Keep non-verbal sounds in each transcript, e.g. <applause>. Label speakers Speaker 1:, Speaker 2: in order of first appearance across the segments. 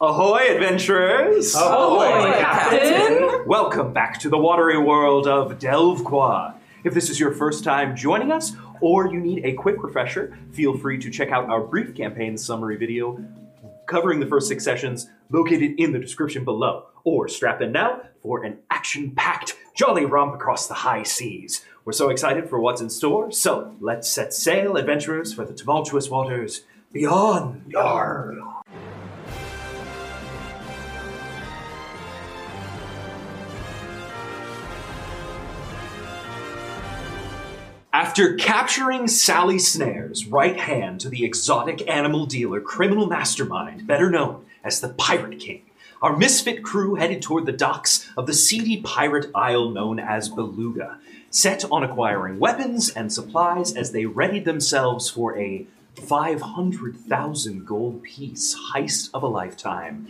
Speaker 1: Ahoy, adventurers!
Speaker 2: Ahoy,
Speaker 3: Captain!
Speaker 1: Welcome back to the watery world of Delvequa. If this is your first time joining us, or you need a quick refresher, feel free to check out our brief campaign summary video covering the first six sessions located in the description below. Or strap in now for an action packed jolly romp across the high seas. We're so excited for what's in store, so let's set sail, adventurers, for the tumultuous waters beyond. Yarr. After capturing Sally Snare's right hand to the exotic animal dealer criminal mastermind, better known as the Pirate King, our misfit crew headed toward the docks of the seedy pirate isle known as Beluga, set on acquiring weapons and supplies as they readied themselves for a 500,000 gold piece heist of a lifetime.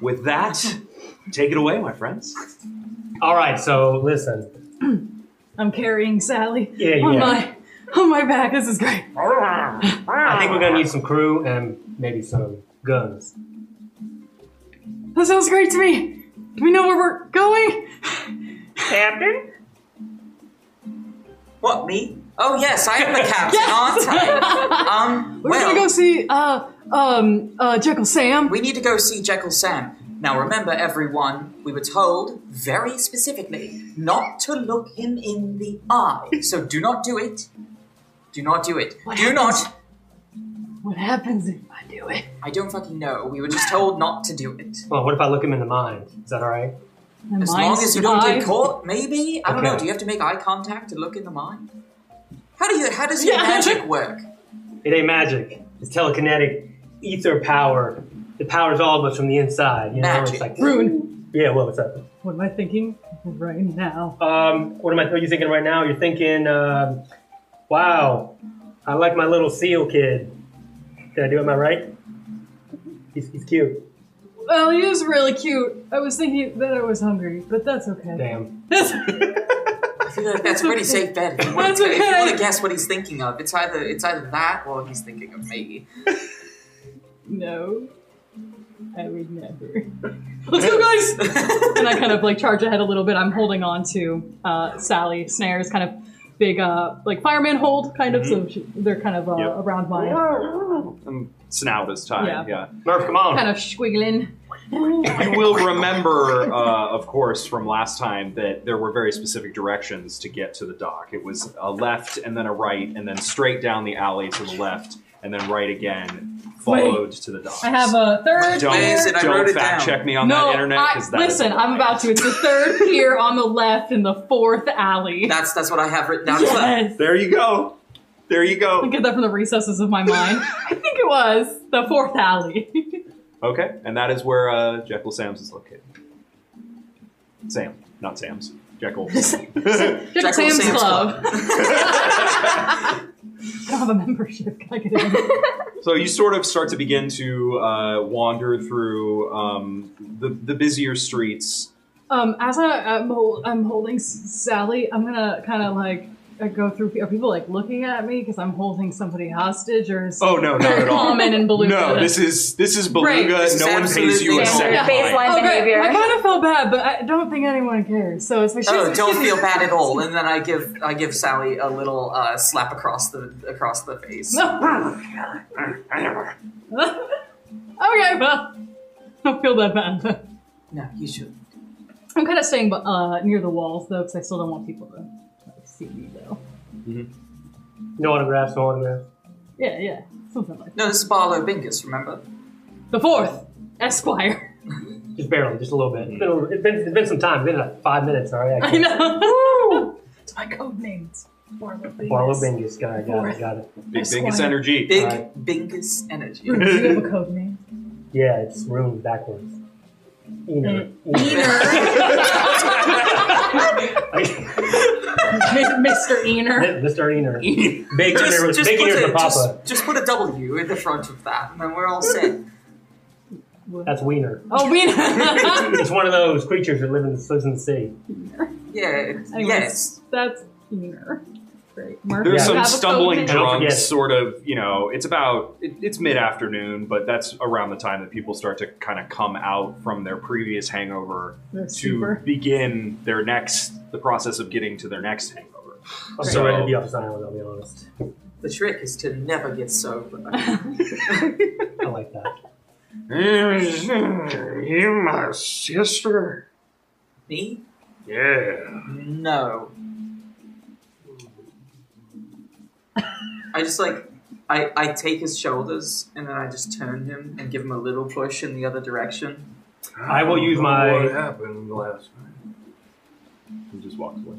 Speaker 1: With that, take it away, my friends.
Speaker 2: All right, so listen.
Speaker 3: I'm carrying Sally
Speaker 2: Yeah,
Speaker 3: on
Speaker 2: yeah.
Speaker 3: my on my back. This is great.
Speaker 2: I think we're gonna need some crew and maybe some guns.
Speaker 3: That sounds great to me. Do we know where we're going?
Speaker 4: Captain?
Speaker 5: What, me? Oh, yes, I am the captain,
Speaker 3: <laughs>
Speaker 5: aren't I? Um,
Speaker 3: We're
Speaker 5: well,
Speaker 3: gonna go see uh um uh Jekyll Sam.
Speaker 5: we need to go see Jekyll Sam. Now, remember, everyone, we were told very specifically not to look him in the eye. So do not do it. Do not do it.
Speaker 3: What
Speaker 5: do
Speaker 3: happens?
Speaker 5: not.
Speaker 3: What happens if I do it?
Speaker 5: I don't fucking know. We were just told not to do it.
Speaker 2: Well, what if I look him in the mind? Is that all right?
Speaker 3: My
Speaker 5: As long
Speaker 3: mind's
Speaker 5: as you don't get
Speaker 3: alive.
Speaker 5: caught, maybe? I don't know.
Speaker 2: Okay.
Speaker 5: Do you have to make eye contact to look in the mind? How do you? How does your
Speaker 3: <laughs> Yeah.
Speaker 5: magic work?
Speaker 2: It ain't magic. It's telekinetic ether power. It powers all of us from the inside. You know,
Speaker 5: Magic.
Speaker 2: it's like
Speaker 3: Rune.
Speaker 2: yeah. Well, what's up?
Speaker 3: What am I thinking right now?
Speaker 2: Um, what am I? What are you thinking right now? You're thinking, um, wow, I like my little seal kid. Did I do it? Am I right? He's, he's cute.
Speaker 3: Well, he is really cute. I was thinking that I was hungry, but that's okay.
Speaker 2: Damn.
Speaker 5: I feel like that's a pretty safe bet. If you, want
Speaker 3: That's
Speaker 5: to, if you
Speaker 3: okay.
Speaker 5: want to guess what he's thinking of, it's either it's either that or he's thinking
Speaker 3: <laughs>
Speaker 5: of me.
Speaker 3: <laughs> no, I would never. <laughs> Let's go, guys. and I kind of like charge ahead a little bit. I'm holding on to uh, Sally Snare's kind of big, uh, like fireman hold, kind of. So she, they're kind of uh,
Speaker 1: Mm-hmm. Yep.
Speaker 3: around my
Speaker 1: and snout is tied.
Speaker 3: Yeah.
Speaker 1: yeah.
Speaker 2: Murph, come on.
Speaker 3: kind of squiggling.
Speaker 1: You will remember, uh, of course, from last time that there were very specific directions to get to the dock. It was a left and then a right, and then straight down the alley to the left, and then right again, followed to the dock.
Speaker 3: I have a third
Speaker 1: Don't,
Speaker 5: Where is
Speaker 3: pier.
Speaker 5: it? I
Speaker 1: don't
Speaker 5: wrote it
Speaker 1: fact
Speaker 5: down.
Speaker 1: check me on
Speaker 3: no,
Speaker 1: that internet.
Speaker 3: I,
Speaker 1: 'cause that is
Speaker 3: listen,
Speaker 1: a
Speaker 3: I'm
Speaker 1: lie.
Speaker 3: about to. It's
Speaker 1: <laughs>
Speaker 3: the third pier on the left in the fourth alley.
Speaker 5: That's that's what I have written down. as well.
Speaker 3: yes.
Speaker 1: There you go. There you
Speaker 3: I
Speaker 1: go.
Speaker 3: get that from the recesses of my mind. I think it was the fourth
Speaker 1: <laughs>
Speaker 3: alley.
Speaker 1: Okay, and that is where uh, Jekyll Sam's is located. Sam, not Sam's. Jekyll. <laughs>
Speaker 3: <laughs> Jekyll Sam's,
Speaker 5: Sam's
Speaker 3: Club. I don't have a membership. Can I
Speaker 1: <laughs>
Speaker 3: get in?
Speaker 1: So you sort of start to begin to uh, wander through um, the, the busier streets.
Speaker 3: Um, as I, I'm, hol- I'm holding S- Sally, I'm gonna kind of like uh, go through. Are people like looking at me because I'm holding somebody hostage, or is
Speaker 1: Oh no, not
Speaker 3: very
Speaker 1: at all.
Speaker 3: common in Beluga?
Speaker 1: <laughs> No, this is this is beluga.
Speaker 3: Right. This
Speaker 5: is
Speaker 1: no one pays you
Speaker 5: absolutely
Speaker 1: a second
Speaker 3: normal.
Speaker 1: pint.
Speaker 4: Baseline.
Speaker 3: oh, great.
Speaker 4: behavior.
Speaker 3: I kind of felt bad, but I don't think anyone cares. So it's like,
Speaker 5: Oh,
Speaker 3: <laughs>
Speaker 5: don't feel bad at all. And then I give I give Sally a little uh, slap across the across the face.
Speaker 3: <laughs> okay, well, don't feel that bad. <laughs>
Speaker 5: No, you should.
Speaker 3: I'm kind of staying uh, near the walls though, because I still don't want people to like, see me though.
Speaker 2: No autographs, no autographs.
Speaker 3: Yeah, yeah, something like
Speaker 5: No, this is Barlow Bingus. Remember?
Speaker 3: that. The fourth, Esquire.
Speaker 2: Just barely, just a little bit. It's been, a little, it's been, it's been some time. It's been like five minutes, all right?
Speaker 5: <laughs>
Speaker 3: I know. it's my code names. Barlow Bingus.
Speaker 2: Barlow Bingus, got it, got it, got it.
Speaker 1: Big
Speaker 3: That's
Speaker 1: Bingus
Speaker 3: why.
Speaker 1: energy.
Speaker 5: Big
Speaker 2: Right.
Speaker 5: Bingus
Speaker 2: <laughs>
Speaker 5: energy.
Speaker 3: Do
Speaker 5: <laughs>
Speaker 3: you have a code <laughs> name?
Speaker 2: Yeah, it's ruined backwards. Ener.
Speaker 5: Hmm. <laughs>
Speaker 3: Mr.
Speaker 2: Mr.
Speaker 3: Ener.
Speaker 2: Ener. Big Ener was, Big
Speaker 5: put
Speaker 2: Ener
Speaker 5: a,
Speaker 2: for Papa.
Speaker 5: just, just put a W in the front of that, and then we're all
Speaker 3: <laughs>
Speaker 5: set.
Speaker 2: That's <laughs> Wiener.
Speaker 3: Oh, <laughs> Wiener.
Speaker 2: It's one of those creatures that live in, lives in the sea.
Speaker 5: Yeah.
Speaker 3: Anyways,
Speaker 5: Yes.
Speaker 3: That's Ener. Great. Mark,
Speaker 1: There's
Speaker 3: you
Speaker 1: some
Speaker 3: have a
Speaker 1: stumbling
Speaker 3: code name?
Speaker 2: don't
Speaker 1: drunks,
Speaker 2: forget.
Speaker 1: sort of. You know, it's about it, it's mid afternoon, but that's around the time that people start to kind of come out from their previous hangover
Speaker 3: That's
Speaker 1: to
Speaker 3: super. <laughs>
Speaker 1: begin their next the process of getting to their next hangover.
Speaker 2: I'm
Speaker 1: So-
Speaker 2: so ready to be off the island, I'll be honest.
Speaker 5: The trick is to never
Speaker 3: <laughs>
Speaker 5: get sober.
Speaker 2: I like that.
Speaker 6: You my sister?
Speaker 5: Me?
Speaker 6: Yeah.
Speaker 5: No. I just like I, I take his shoulders and then I just turn him and give him a little push in the other direction.
Speaker 2: I will use my-
Speaker 6: What happened last night?
Speaker 1: He just walks away.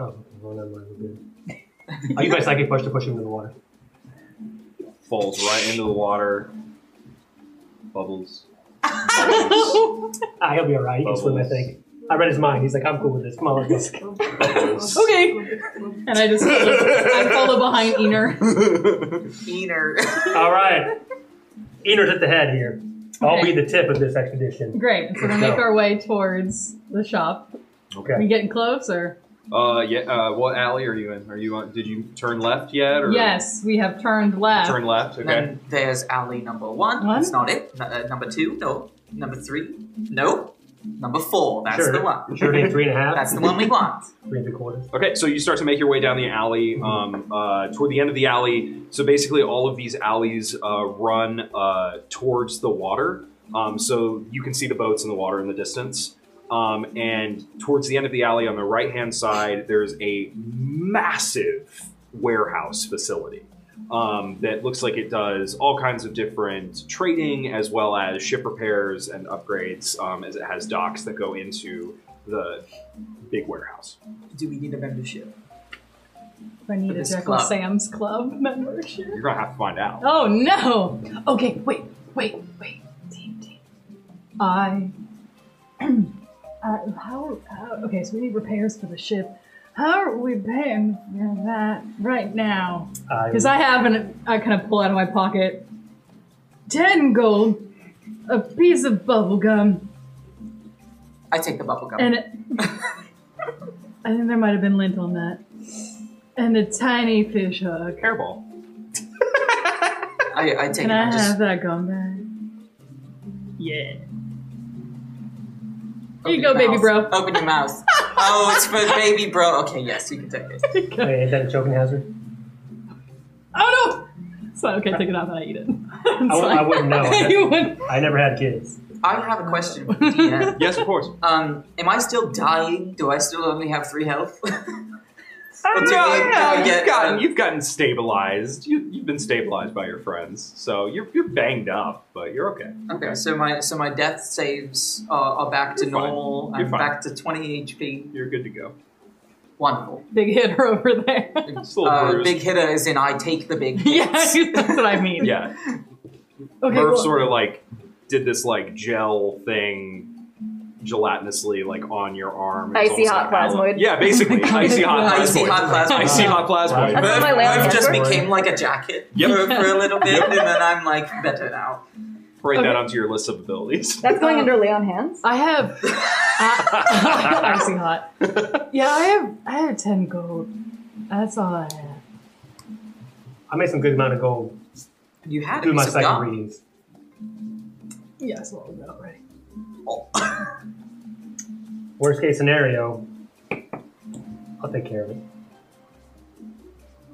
Speaker 2: Oh, okay. well, never mind. We're
Speaker 5: <laughs>
Speaker 2: good. I use my psychic push to push him into the water.
Speaker 1: Falls right into the water.
Speaker 6: <laughs>
Speaker 1: Bubbles.
Speaker 2: Ah, he'll be alright. He can swim, I
Speaker 1: Bubbles.
Speaker 2: think. I read his mind. He's like, I'm cool with this. Come on, let's
Speaker 5: <laughs>
Speaker 2: go.
Speaker 1: Bubbles.
Speaker 3: Okay. And I just I follow behind
Speaker 1: Uh,
Speaker 3: Ener.
Speaker 5: <laughs> Keener.
Speaker 2: All right. Enor's at the head here. I'll be
Speaker 3: Okay.
Speaker 2: the tip of this expedition.
Speaker 3: Great. So we
Speaker 2: Let's
Speaker 3: make
Speaker 2: go.
Speaker 3: our way towards the shop. We
Speaker 2: Okay.
Speaker 3: getting close, or
Speaker 1: Uh, yeah. Uh, what alley are you in? Are you on? Did you turn left yet? Or
Speaker 3: yes, we have turned left.
Speaker 1: Turn left. Okay.
Speaker 5: Then there's alley number one.
Speaker 3: One?
Speaker 5: That's not it. N- uh, number two, no. Number three, no. Number four, that's
Speaker 2: sure.
Speaker 5: the
Speaker 2: <laughs>
Speaker 5: one.
Speaker 2: Sure, it ain't three and a half.
Speaker 5: That's the one we want.
Speaker 2: three and three quarters.
Speaker 1: Okay, so you start to make your way down the alley, um, uh, toward the end of the alley. So basically, all of these alleys uh, run uh, towards the water. Um, so you can see the boats in the water in the distance. Um, and towards the end of the alley, on the right hand side, there's a massive warehouse facility um, that looks like it does all kinds of different trading as well as ship repairs and upgrades, um, as it has docks that go into the big warehouse.
Speaker 5: Do we need a membership?
Speaker 3: I need a
Speaker 5: This
Speaker 3: Jekyll
Speaker 5: club.
Speaker 3: Sam's Club membership.
Speaker 1: You're gonna have to find out.
Speaker 3: Oh no! Okay, wait, wait, wait. Team, team. I. <clears throat> uh, how, how? Okay, so we need repairs for the ship. How are we paying for that right now?
Speaker 2: I,
Speaker 3: Because I have an, I kind of pull out of my pocket ten gold, a piece of bubble gum,
Speaker 5: I take the bubble gum.
Speaker 3: and it, <laughs> I think there might have been lint on that, and a tiny fish hook.
Speaker 1: Hairball.
Speaker 5: I, I take
Speaker 3: Can
Speaker 5: it.
Speaker 3: I
Speaker 5: I just
Speaker 3: have that gum back? <laughs> Yeah. Here
Speaker 5: open
Speaker 3: you go,
Speaker 5: your
Speaker 3: baby
Speaker 5: mouth.
Speaker 3: bro.
Speaker 5: Open
Speaker 3: <laughs>
Speaker 5: your mouth. oh, it's for baby bro. Okay, yes, you can take it.
Speaker 2: Wait, ain't that a choking hazard?
Speaker 3: Oh no! So okay, take it out, but I eat it. <laughs>
Speaker 2: I, wou- I wouldn't know.
Speaker 3: you would.
Speaker 2: I never had kids.
Speaker 5: I have a question for the
Speaker 1: <laughs>
Speaker 5: DM.
Speaker 1: Yes, of course.
Speaker 5: Um, am I still dying? Do I still only have three health? <laughs>
Speaker 1: I
Speaker 5: do we- do we
Speaker 1: you've
Speaker 5: get,
Speaker 1: gotten
Speaker 5: uh,
Speaker 1: you've gotten stabilized. You, you've been stabilized by your friends, so you're you're banged up, but you're okay.
Speaker 5: okay, so my so my death saves are, are back to
Speaker 1: You're fine.
Speaker 5: normal.
Speaker 1: You're
Speaker 5: I'm
Speaker 1: fine.
Speaker 5: back to 20 HP.
Speaker 1: You're good to go.
Speaker 5: Wonderful.
Speaker 3: <laughs> Big hitter over there. <laughs>
Speaker 1: Just a little
Speaker 5: Uh,
Speaker 1: bruised.
Speaker 5: big hitter is in I take the
Speaker 1: <laughs>
Speaker 5: big
Speaker 3: yeah, <laughs>
Speaker 5: hits.
Speaker 3: that's
Speaker 5: <laughs>
Speaker 3: what I mean.
Speaker 1: yeah.
Speaker 3: Okay.
Speaker 1: Murph
Speaker 3: well-
Speaker 1: sort of like did this like gel thing, gelatinously like on your arm. It's
Speaker 7: Icy
Speaker 1: almost
Speaker 7: hot
Speaker 1: like aloe-
Speaker 7: plasmoid.
Speaker 1: Yeah,
Speaker 7: <laughs>
Speaker 1: basically icy hot plasmoid.
Speaker 5: Icy hot plasma.
Speaker 1: I see hot plasmoid.
Speaker 2: Wow.
Speaker 7: That's what my
Speaker 5: Merv-
Speaker 7: lamp
Speaker 5: Merv
Speaker 7: is
Speaker 5: just
Speaker 2: for.
Speaker 5: became like a jacket
Speaker 1: Yep.
Speaker 5: for, for a little bit, and then I'm like better now.
Speaker 1: Write that
Speaker 3: Okay.
Speaker 1: onto your list of abilities.
Speaker 7: That's going under lay on hands.
Speaker 3: I have. I, <laughs> icy hot.
Speaker 1: <laughs>
Speaker 3: Yeah, I have. I have ten gold. That's all I have.
Speaker 2: I made some good amount of gold
Speaker 5: You had a
Speaker 2: through my
Speaker 5: piece of
Speaker 2: psychic
Speaker 5: gum.
Speaker 2: readings.
Speaker 3: Yeah, that's what we got already.
Speaker 2: Worst case scenario, I'll take care of it.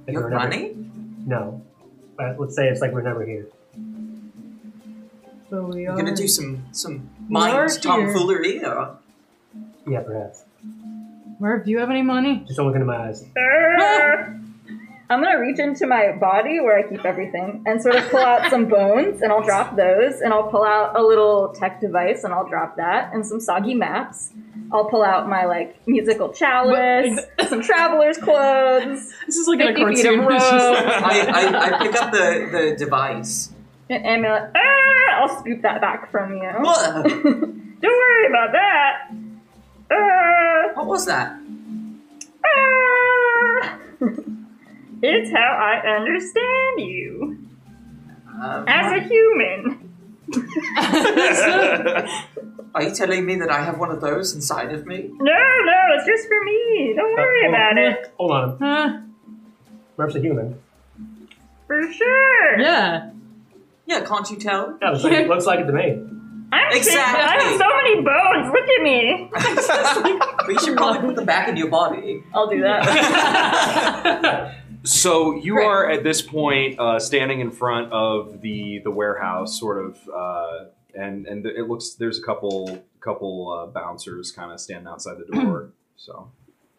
Speaker 2: If
Speaker 5: Your
Speaker 2: we're never-
Speaker 5: money?
Speaker 2: No. But let's say it's like we're never here.
Speaker 3: So we
Speaker 5: You're
Speaker 3: are.
Speaker 5: gonna do some some
Speaker 3: Lord
Speaker 5: mind
Speaker 3: here.
Speaker 5: tomfoolery, or
Speaker 2: Yeah, perhaps.
Speaker 3: Murph, do you have any money?
Speaker 2: Just don't look into my eyes.
Speaker 7: I'm gonna reach into my body where I keep everything and sort of pull out some bones and I'll drop those and I'll pull out a little tech device and I'll drop that and some soggy maps. I'll pull out my like musical chalice, some traveler's clothes,
Speaker 3: This is like in a
Speaker 7: 50 feet of
Speaker 3: cartoon. It's
Speaker 2: <laughs>
Speaker 3: just-
Speaker 7: rope,
Speaker 5: <laughs> I, I, I pick up the, the device.
Speaker 7: an amulet. Ah, I'll scoop that back from you. <laughs>
Speaker 5: What?
Speaker 7: Don't worry about that. Ah,
Speaker 5: What was that?
Speaker 7: ah. it's how I understand you
Speaker 5: Um,
Speaker 7: as a human.
Speaker 5: are you telling me that I have one of those inside of me?
Speaker 7: No, no, it's just for me. Don't worry
Speaker 2: Uh, hold
Speaker 7: about
Speaker 2: on.
Speaker 7: it.
Speaker 2: Hold on.
Speaker 3: <laughs> Huh?
Speaker 2: Murph's a human.
Speaker 7: For sure.
Speaker 3: Yeah.
Speaker 5: Yeah, can't you
Speaker 3: <laughs>
Speaker 5: tell?
Speaker 2: Yeah, looks like, looks like it to me.
Speaker 7: I'm
Speaker 5: Exactly.
Speaker 7: I have so many bones. Look at me.
Speaker 5: We should probably put them back in
Speaker 3: <laughs>
Speaker 5: your body.
Speaker 7: I'll do
Speaker 5: <laughs>
Speaker 7: that.
Speaker 1: So you
Speaker 3: Great.
Speaker 1: are at this point uh, standing in front of the the warehouse, sort of, uh, and and it looks there's a couple couple uh, bouncers kind of standing outside the door. so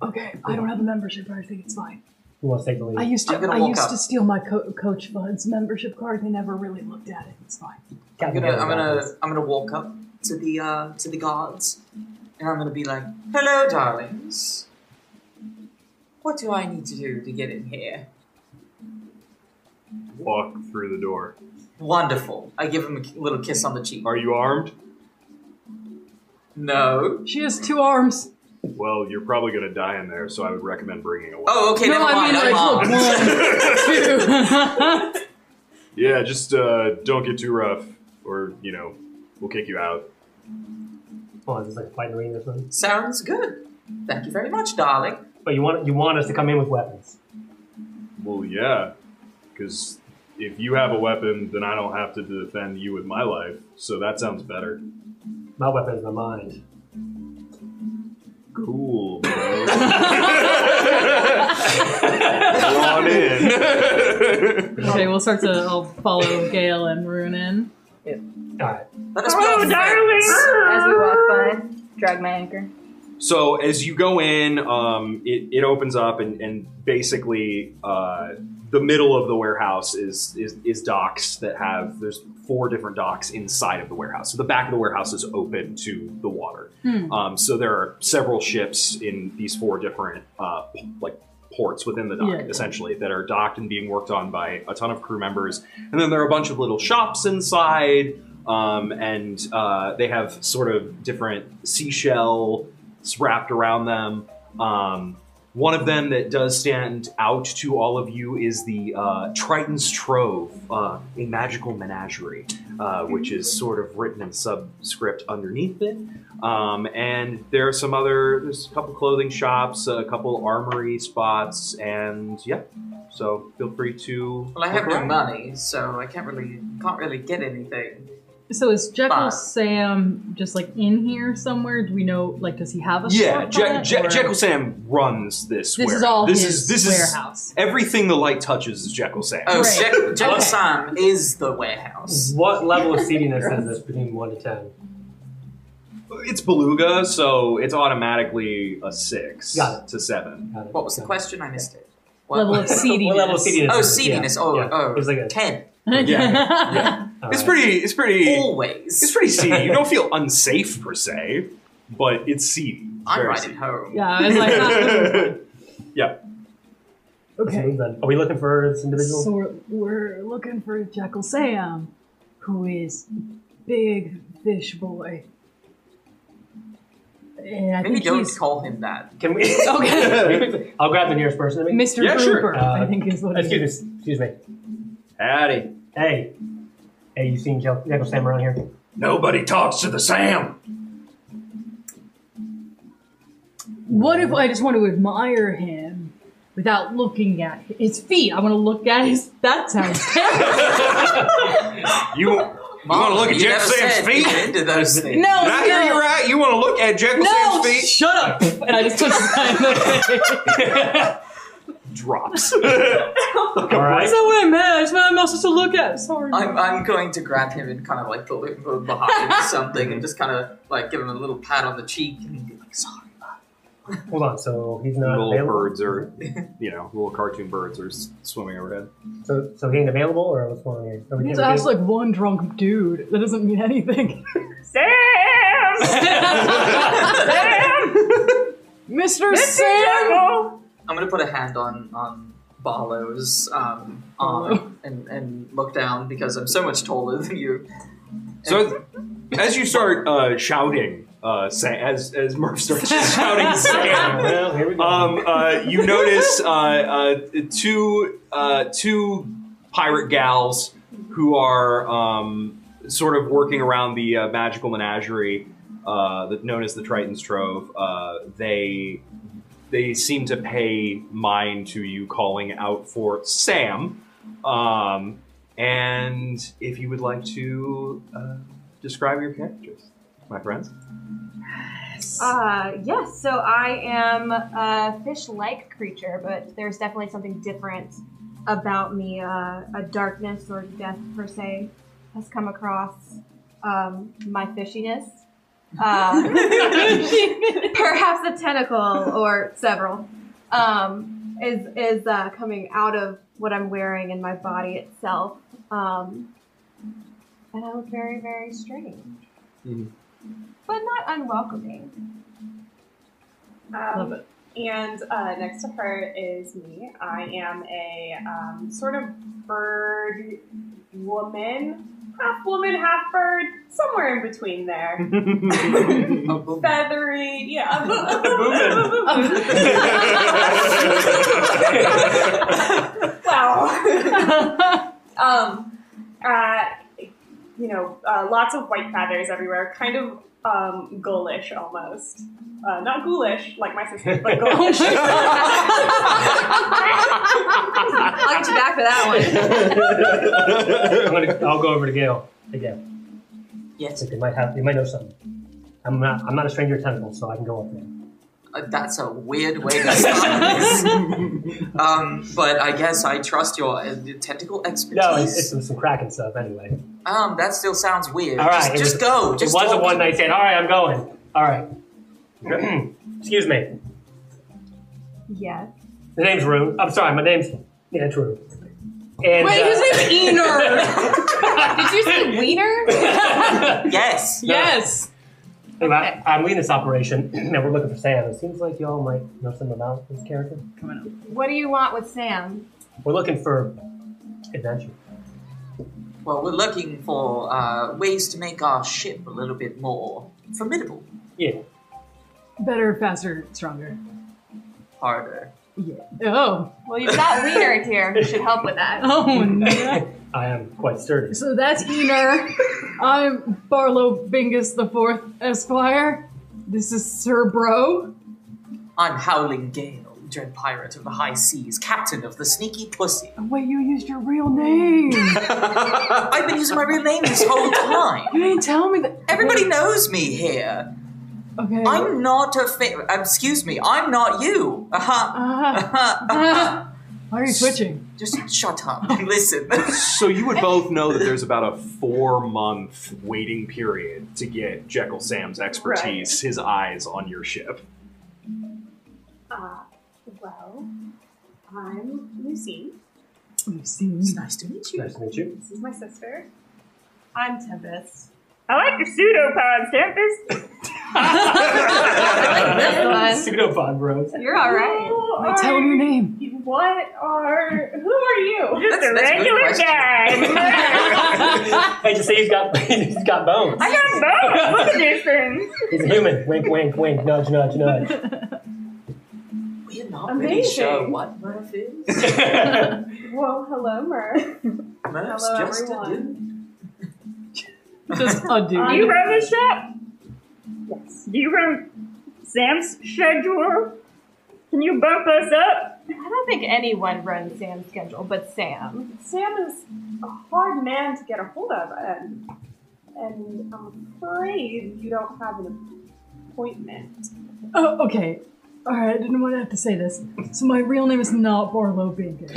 Speaker 3: Okay, I don't have a membership card. I think it's fine.
Speaker 2: Who wants to take the lead?
Speaker 3: I used to.
Speaker 5: I'm gonna
Speaker 3: I
Speaker 5: walk
Speaker 3: used
Speaker 5: up.
Speaker 3: to steal my co- coach bud's membership card. They never really looked at it. It's fine.
Speaker 5: I'm gonna, I'm gonna, I'm gonna walk up to the uh, to the guards, and I'm gonna be like, "Hello, darlings. What do I need to do to get in here?"
Speaker 1: walk through the door.
Speaker 5: Wonderful. I give him a k- little kiss on the cheek.
Speaker 1: Are you armed?
Speaker 5: No.
Speaker 3: She has two arms.
Speaker 1: Well, you're probably going to die in there, so I would recommend bringing a weapon.
Speaker 5: Oh, okay.
Speaker 3: no,
Speaker 5: never
Speaker 3: I
Speaker 5: mind.
Speaker 3: mean
Speaker 5: I'm
Speaker 3: like
Speaker 5: armed. <laughs>
Speaker 1: <laughs>
Speaker 3: look one, two.
Speaker 1: Yeah, just uh, don't get too rough, or you know, we'll kick you out.
Speaker 2: Oh, is this like a fight in the ring or something?
Speaker 5: Sounds good. Thank you very much, darling.
Speaker 2: But you want, you want us to come in with weapons.
Speaker 1: Well, yeah, because if you have a weapon, then I don't have to defend you with my life. So that sounds better.
Speaker 2: My weapon is my mind.
Speaker 1: Cool, bro. Go on in.
Speaker 3: okay, we'll start to. I'll follow Gail and Rune in.
Speaker 2: All right.
Speaker 5: Let
Speaker 4: Oh,
Speaker 5: us
Speaker 7: Oh,
Speaker 5: Hello, darling.
Speaker 7: As we walk by, drag my anchor.
Speaker 1: so as you go in, um, it, it opens up, and, and basically uh, the middle of the warehouse is, is is docks that have there's four different docks inside of the warehouse. So the back of the warehouse is open to the water. Um, so there are several ships in these four different uh, p- like ports within the dock,
Speaker 3: Yeah.
Speaker 1: essentially, that are docked and being worked on by a ton of crew members. And then there are a bunch of little shops inside, um, and uh, they have sort of different seashell wrapped around them. Um, one of them that does stand out to all of you is the uh, Triton's Trove, uh, a magical menagerie, uh, which is sort of written in subscript underneath it. Um, and there are some other, there's a couple clothing shops, a couple armory spots, and yeah. So feel free to.
Speaker 5: Well, I have
Speaker 1: look
Speaker 5: no
Speaker 1: around.
Speaker 5: money, so I can't really can't really get anything.
Speaker 3: So is Jekyll
Speaker 5: Fine.
Speaker 3: Sam just like in here somewhere? Do we know? Like, does he have a
Speaker 1: Yeah, Je-
Speaker 3: storefront,
Speaker 1: Je-
Speaker 3: or-
Speaker 1: Jekyll Sam runs this.
Speaker 3: This is
Speaker 1: warehouse.
Speaker 3: all
Speaker 1: This
Speaker 3: his
Speaker 1: is this
Speaker 3: warehouse.
Speaker 1: is everything the light touches is Jekyll Sam.
Speaker 5: Oh,
Speaker 3: Great.
Speaker 5: Jack, Jack
Speaker 3: Okay.
Speaker 5: Sam is the warehouse.
Speaker 2: What level of seediness
Speaker 1: <laughs>
Speaker 2: is this between 1 to 10?
Speaker 1: It's beluga, so it's automatically a six
Speaker 2: Got it.
Speaker 1: to seven.
Speaker 2: Got it.
Speaker 5: What was the question? I missed it. What?
Speaker 3: level of seediness?
Speaker 2: What Mm-hmm. level of seediness?
Speaker 5: Oh,
Speaker 2: is this? Yeah,
Speaker 5: seediness. Oh,
Speaker 2: yeah.
Speaker 5: oh.
Speaker 2: It's like a- uh,
Speaker 5: Ten.
Speaker 1: yeah.
Speaker 2: all
Speaker 1: It's
Speaker 2: right.
Speaker 1: pretty. It's pretty.
Speaker 2: Oh.
Speaker 5: Always.
Speaker 1: It's pretty seedy.
Speaker 2: <laughs>
Speaker 1: You don't feel unsafe per se, but it's seedy. It's
Speaker 5: I'm
Speaker 1: very
Speaker 5: right at
Speaker 1: seedy.
Speaker 5: home.
Speaker 3: <laughs> Yeah, I was like, ah,
Speaker 1: <laughs> yeah. <laughs>
Speaker 2: Let's
Speaker 3: okay.
Speaker 2: move then. Are we looking for this individual?
Speaker 3: So we're, we're looking for Jekyll Sam, who is big fish boy. And I
Speaker 5: Maybe
Speaker 3: think
Speaker 5: don't
Speaker 3: he's
Speaker 5: call him that.
Speaker 2: <laughs> Can
Speaker 5: <laughs>
Speaker 2: we?
Speaker 3: Okay.
Speaker 2: I'll grab the nearest person. to me.
Speaker 3: Mr.
Speaker 1: Yeah, sure.
Speaker 3: Hooper, I
Speaker 2: Uh,
Speaker 3: think is what it is.
Speaker 2: Excuse me. Excuse me.
Speaker 1: Howdy.
Speaker 2: Hey. Hey, you seen Jekyll Jekyll Sam around
Speaker 1: <laughs>
Speaker 2: here?
Speaker 6: Nobody talks to the Sam.
Speaker 3: What if I just want to admire him without looking at his feet? I want to look at his. That sounds terrible.
Speaker 1: You, you want to look at
Speaker 5: you
Speaker 1: Jekyll
Speaker 5: never
Speaker 1: Sam's
Speaker 5: said
Speaker 1: feet?
Speaker 5: you
Speaker 1: Did
Speaker 5: Into those
Speaker 3: no,
Speaker 5: things.
Speaker 1: I hear you
Speaker 3: no,
Speaker 1: right? You want to look at Jekyll
Speaker 3: no,
Speaker 1: Sam's <laughs> feet?
Speaker 3: shut up! And I just touched his eye in the face. <laughs>
Speaker 1: Drops.
Speaker 2: All
Speaker 3: That's
Speaker 2: right.
Speaker 3: not what I meant. That's what I'm not supposed to look at. Sorry.
Speaker 5: I'm, I'm going to grab him and kind of like pull him from behind or something and just kind of like give him a little pat on the cheek and be like, sorry.
Speaker 2: Hold on. So he's not
Speaker 1: little
Speaker 2: available.
Speaker 1: birds are, you know, little cartoon birds are s- swimming overhead.
Speaker 2: So, so he ain't available, or what's going on here? Are we
Speaker 3: He's
Speaker 2: getting
Speaker 3: asked
Speaker 2: <laughs> good?
Speaker 3: like one drunk dude. That doesn't mean anything.
Speaker 7: Sam! Sam!
Speaker 3: <laughs> Mr. Sam!
Speaker 5: I'm going to put a hand on, on Barlow's um,
Speaker 2: Oh.
Speaker 5: arm and, and look down because I'm so much taller than you.
Speaker 1: So, as, as you start uh, shouting, uh, Sa- as as Murph
Speaker 3: <laughs>
Speaker 1: starts shouting, Sam,
Speaker 2: well, here we go.
Speaker 1: um, uh, you notice uh, uh, two uh, two pirate gals who are um, sort of working around the uh, magical menagerie uh, that known as the Triton's Trove. Uh, they they seem to pay mind to you calling out for Sam. Um, and if you would like to uh, describe your characters, my friends.
Speaker 8: Uh, yes, so I am a fish like creature, but there's definitely something different about me. Uh, a darkness or death, per se, has come across um, my fishiness. Um, perhaps a tentacle or several um, is, is uh, coming out of what I'm wearing and my body itself. Um, and I look very, very strange,
Speaker 1: Mhm.
Speaker 8: but not unwelcoming.
Speaker 3: Love
Speaker 4: Um,
Speaker 3: it.
Speaker 4: and uh, next to her is me. I am a um, sort of bird woman, half woman, half bird, somewhere in between there.
Speaker 5: Oh, boom.
Speaker 4: Feathery, yeah. wow. <laughs> um, uh, you know, uh, lots of white feathers everywhere, kind of um, ghoulish almost. Uh, not ghoulish, like my sister, but ghoulish.
Speaker 8: I'll get you back for that one.
Speaker 2: I'm gonna, I'll go over to Gail again.
Speaker 5: Yes,
Speaker 2: Since they might have, they might know something. I'm not, I'm not a stranger to tentacles, so I can go up there.
Speaker 5: uh, that's a weird way to
Speaker 2: <laughs>
Speaker 5: start this. um, but I guess I trust your uh, tentacle
Speaker 2: No, it's, it's
Speaker 5: expertise.
Speaker 2: some, some cracking stuff anyway.
Speaker 5: um, that still sounds weird.
Speaker 2: All right,
Speaker 5: just,
Speaker 2: it
Speaker 5: just
Speaker 2: was-
Speaker 5: go.
Speaker 2: It
Speaker 5: Just
Speaker 2: was a
Speaker 5: talk.
Speaker 2: one night stand. All right, I'm going. All right. <clears throat> Excuse me.
Speaker 8: Yes.
Speaker 2: The name's Rune. I'm sorry, my name's yeah, it's Rune. And
Speaker 3: Wait,
Speaker 2: uh,
Speaker 3: his name's Ener. Did you say Wiener?
Speaker 2: <laughs>
Speaker 5: Yes.
Speaker 3: yes.
Speaker 2: anyway, I- I'm leading this operation, <clears throat> and we're looking for Sam. It seems like y'all might know something about this character.
Speaker 8: What do you want with Sam?
Speaker 2: We're looking for adventure.
Speaker 5: Well, we're looking for uh, ways to make our ship a little bit more formidable,
Speaker 2: Yeah.
Speaker 3: Better, faster, stronger.
Speaker 5: harder.
Speaker 3: Oh.
Speaker 8: Well, you've got Wiener here who should help with that.
Speaker 3: Oh no.
Speaker 2: I am quite sturdy.
Speaker 3: So that's Ener. I'm Barlow Bingus the Fourth Esquire. This is Sir Bro.
Speaker 5: I'm Howling Gale, dread pirate of the high seas, captain of the sneaky pussy.
Speaker 3: Wait, you used your real name. you
Speaker 5: I've been using my real name this whole time.
Speaker 3: didn't tell me that.
Speaker 5: Everybody knows me here.
Speaker 3: Okay.
Speaker 5: I'm not a fa- uh, excuse me. I'm not you. Uh-huh.
Speaker 3: Ah,
Speaker 5: Uh-huh. uh-huh.
Speaker 3: ah. why are you switching?
Speaker 5: Just shut up and listen. <laughs>
Speaker 1: So you would both know that there's about a four month waiting period to get Jekyll Sam's expertise, his eyes on your ship.
Speaker 4: Uh, well, I'm Lucy.
Speaker 3: We've seen.
Speaker 5: it's nice to meet you.
Speaker 2: Nice to meet you.
Speaker 4: This is my sister.
Speaker 8: I'm Tempest.
Speaker 4: I like your pseudopod Tempest.
Speaker 3: Uh, <laughs>
Speaker 8: I like this
Speaker 2: Pseudopod bros.
Speaker 8: one. You're all right.
Speaker 4: Who
Speaker 3: I tell him your name.
Speaker 4: What are? Who are you?
Speaker 5: Just a That's- that's a good regular question. <laughs>
Speaker 4: guy.
Speaker 2: I just say he's got <laughs> he's got bones.
Speaker 4: I got both. Look at these things.
Speaker 2: He's a human. Wink, wink, wink. Nudge, nudge,
Speaker 3: <laughs>
Speaker 2: nudge.
Speaker 5: We're not really
Speaker 4: Amazing.
Speaker 5: sure what Murph is.
Speaker 4: Well, hello, Mer.
Speaker 5: Murph's
Speaker 4: Hello,
Speaker 5: just a
Speaker 4: everyone.
Speaker 5: dude.
Speaker 3: Just a dude.
Speaker 4: You run the
Speaker 9: shop? Yes. Do you run Sam's schedule? Can you bump us up?
Speaker 8: I don't think anyone runs Sam's schedule but Sam.
Speaker 4: Sam is a hard man to get a hold of, and and I'm afraid you don't have an appointment.
Speaker 3: Oh, okay. All right, I didn't want to have to say this. So my real name is not Barlow Bingus.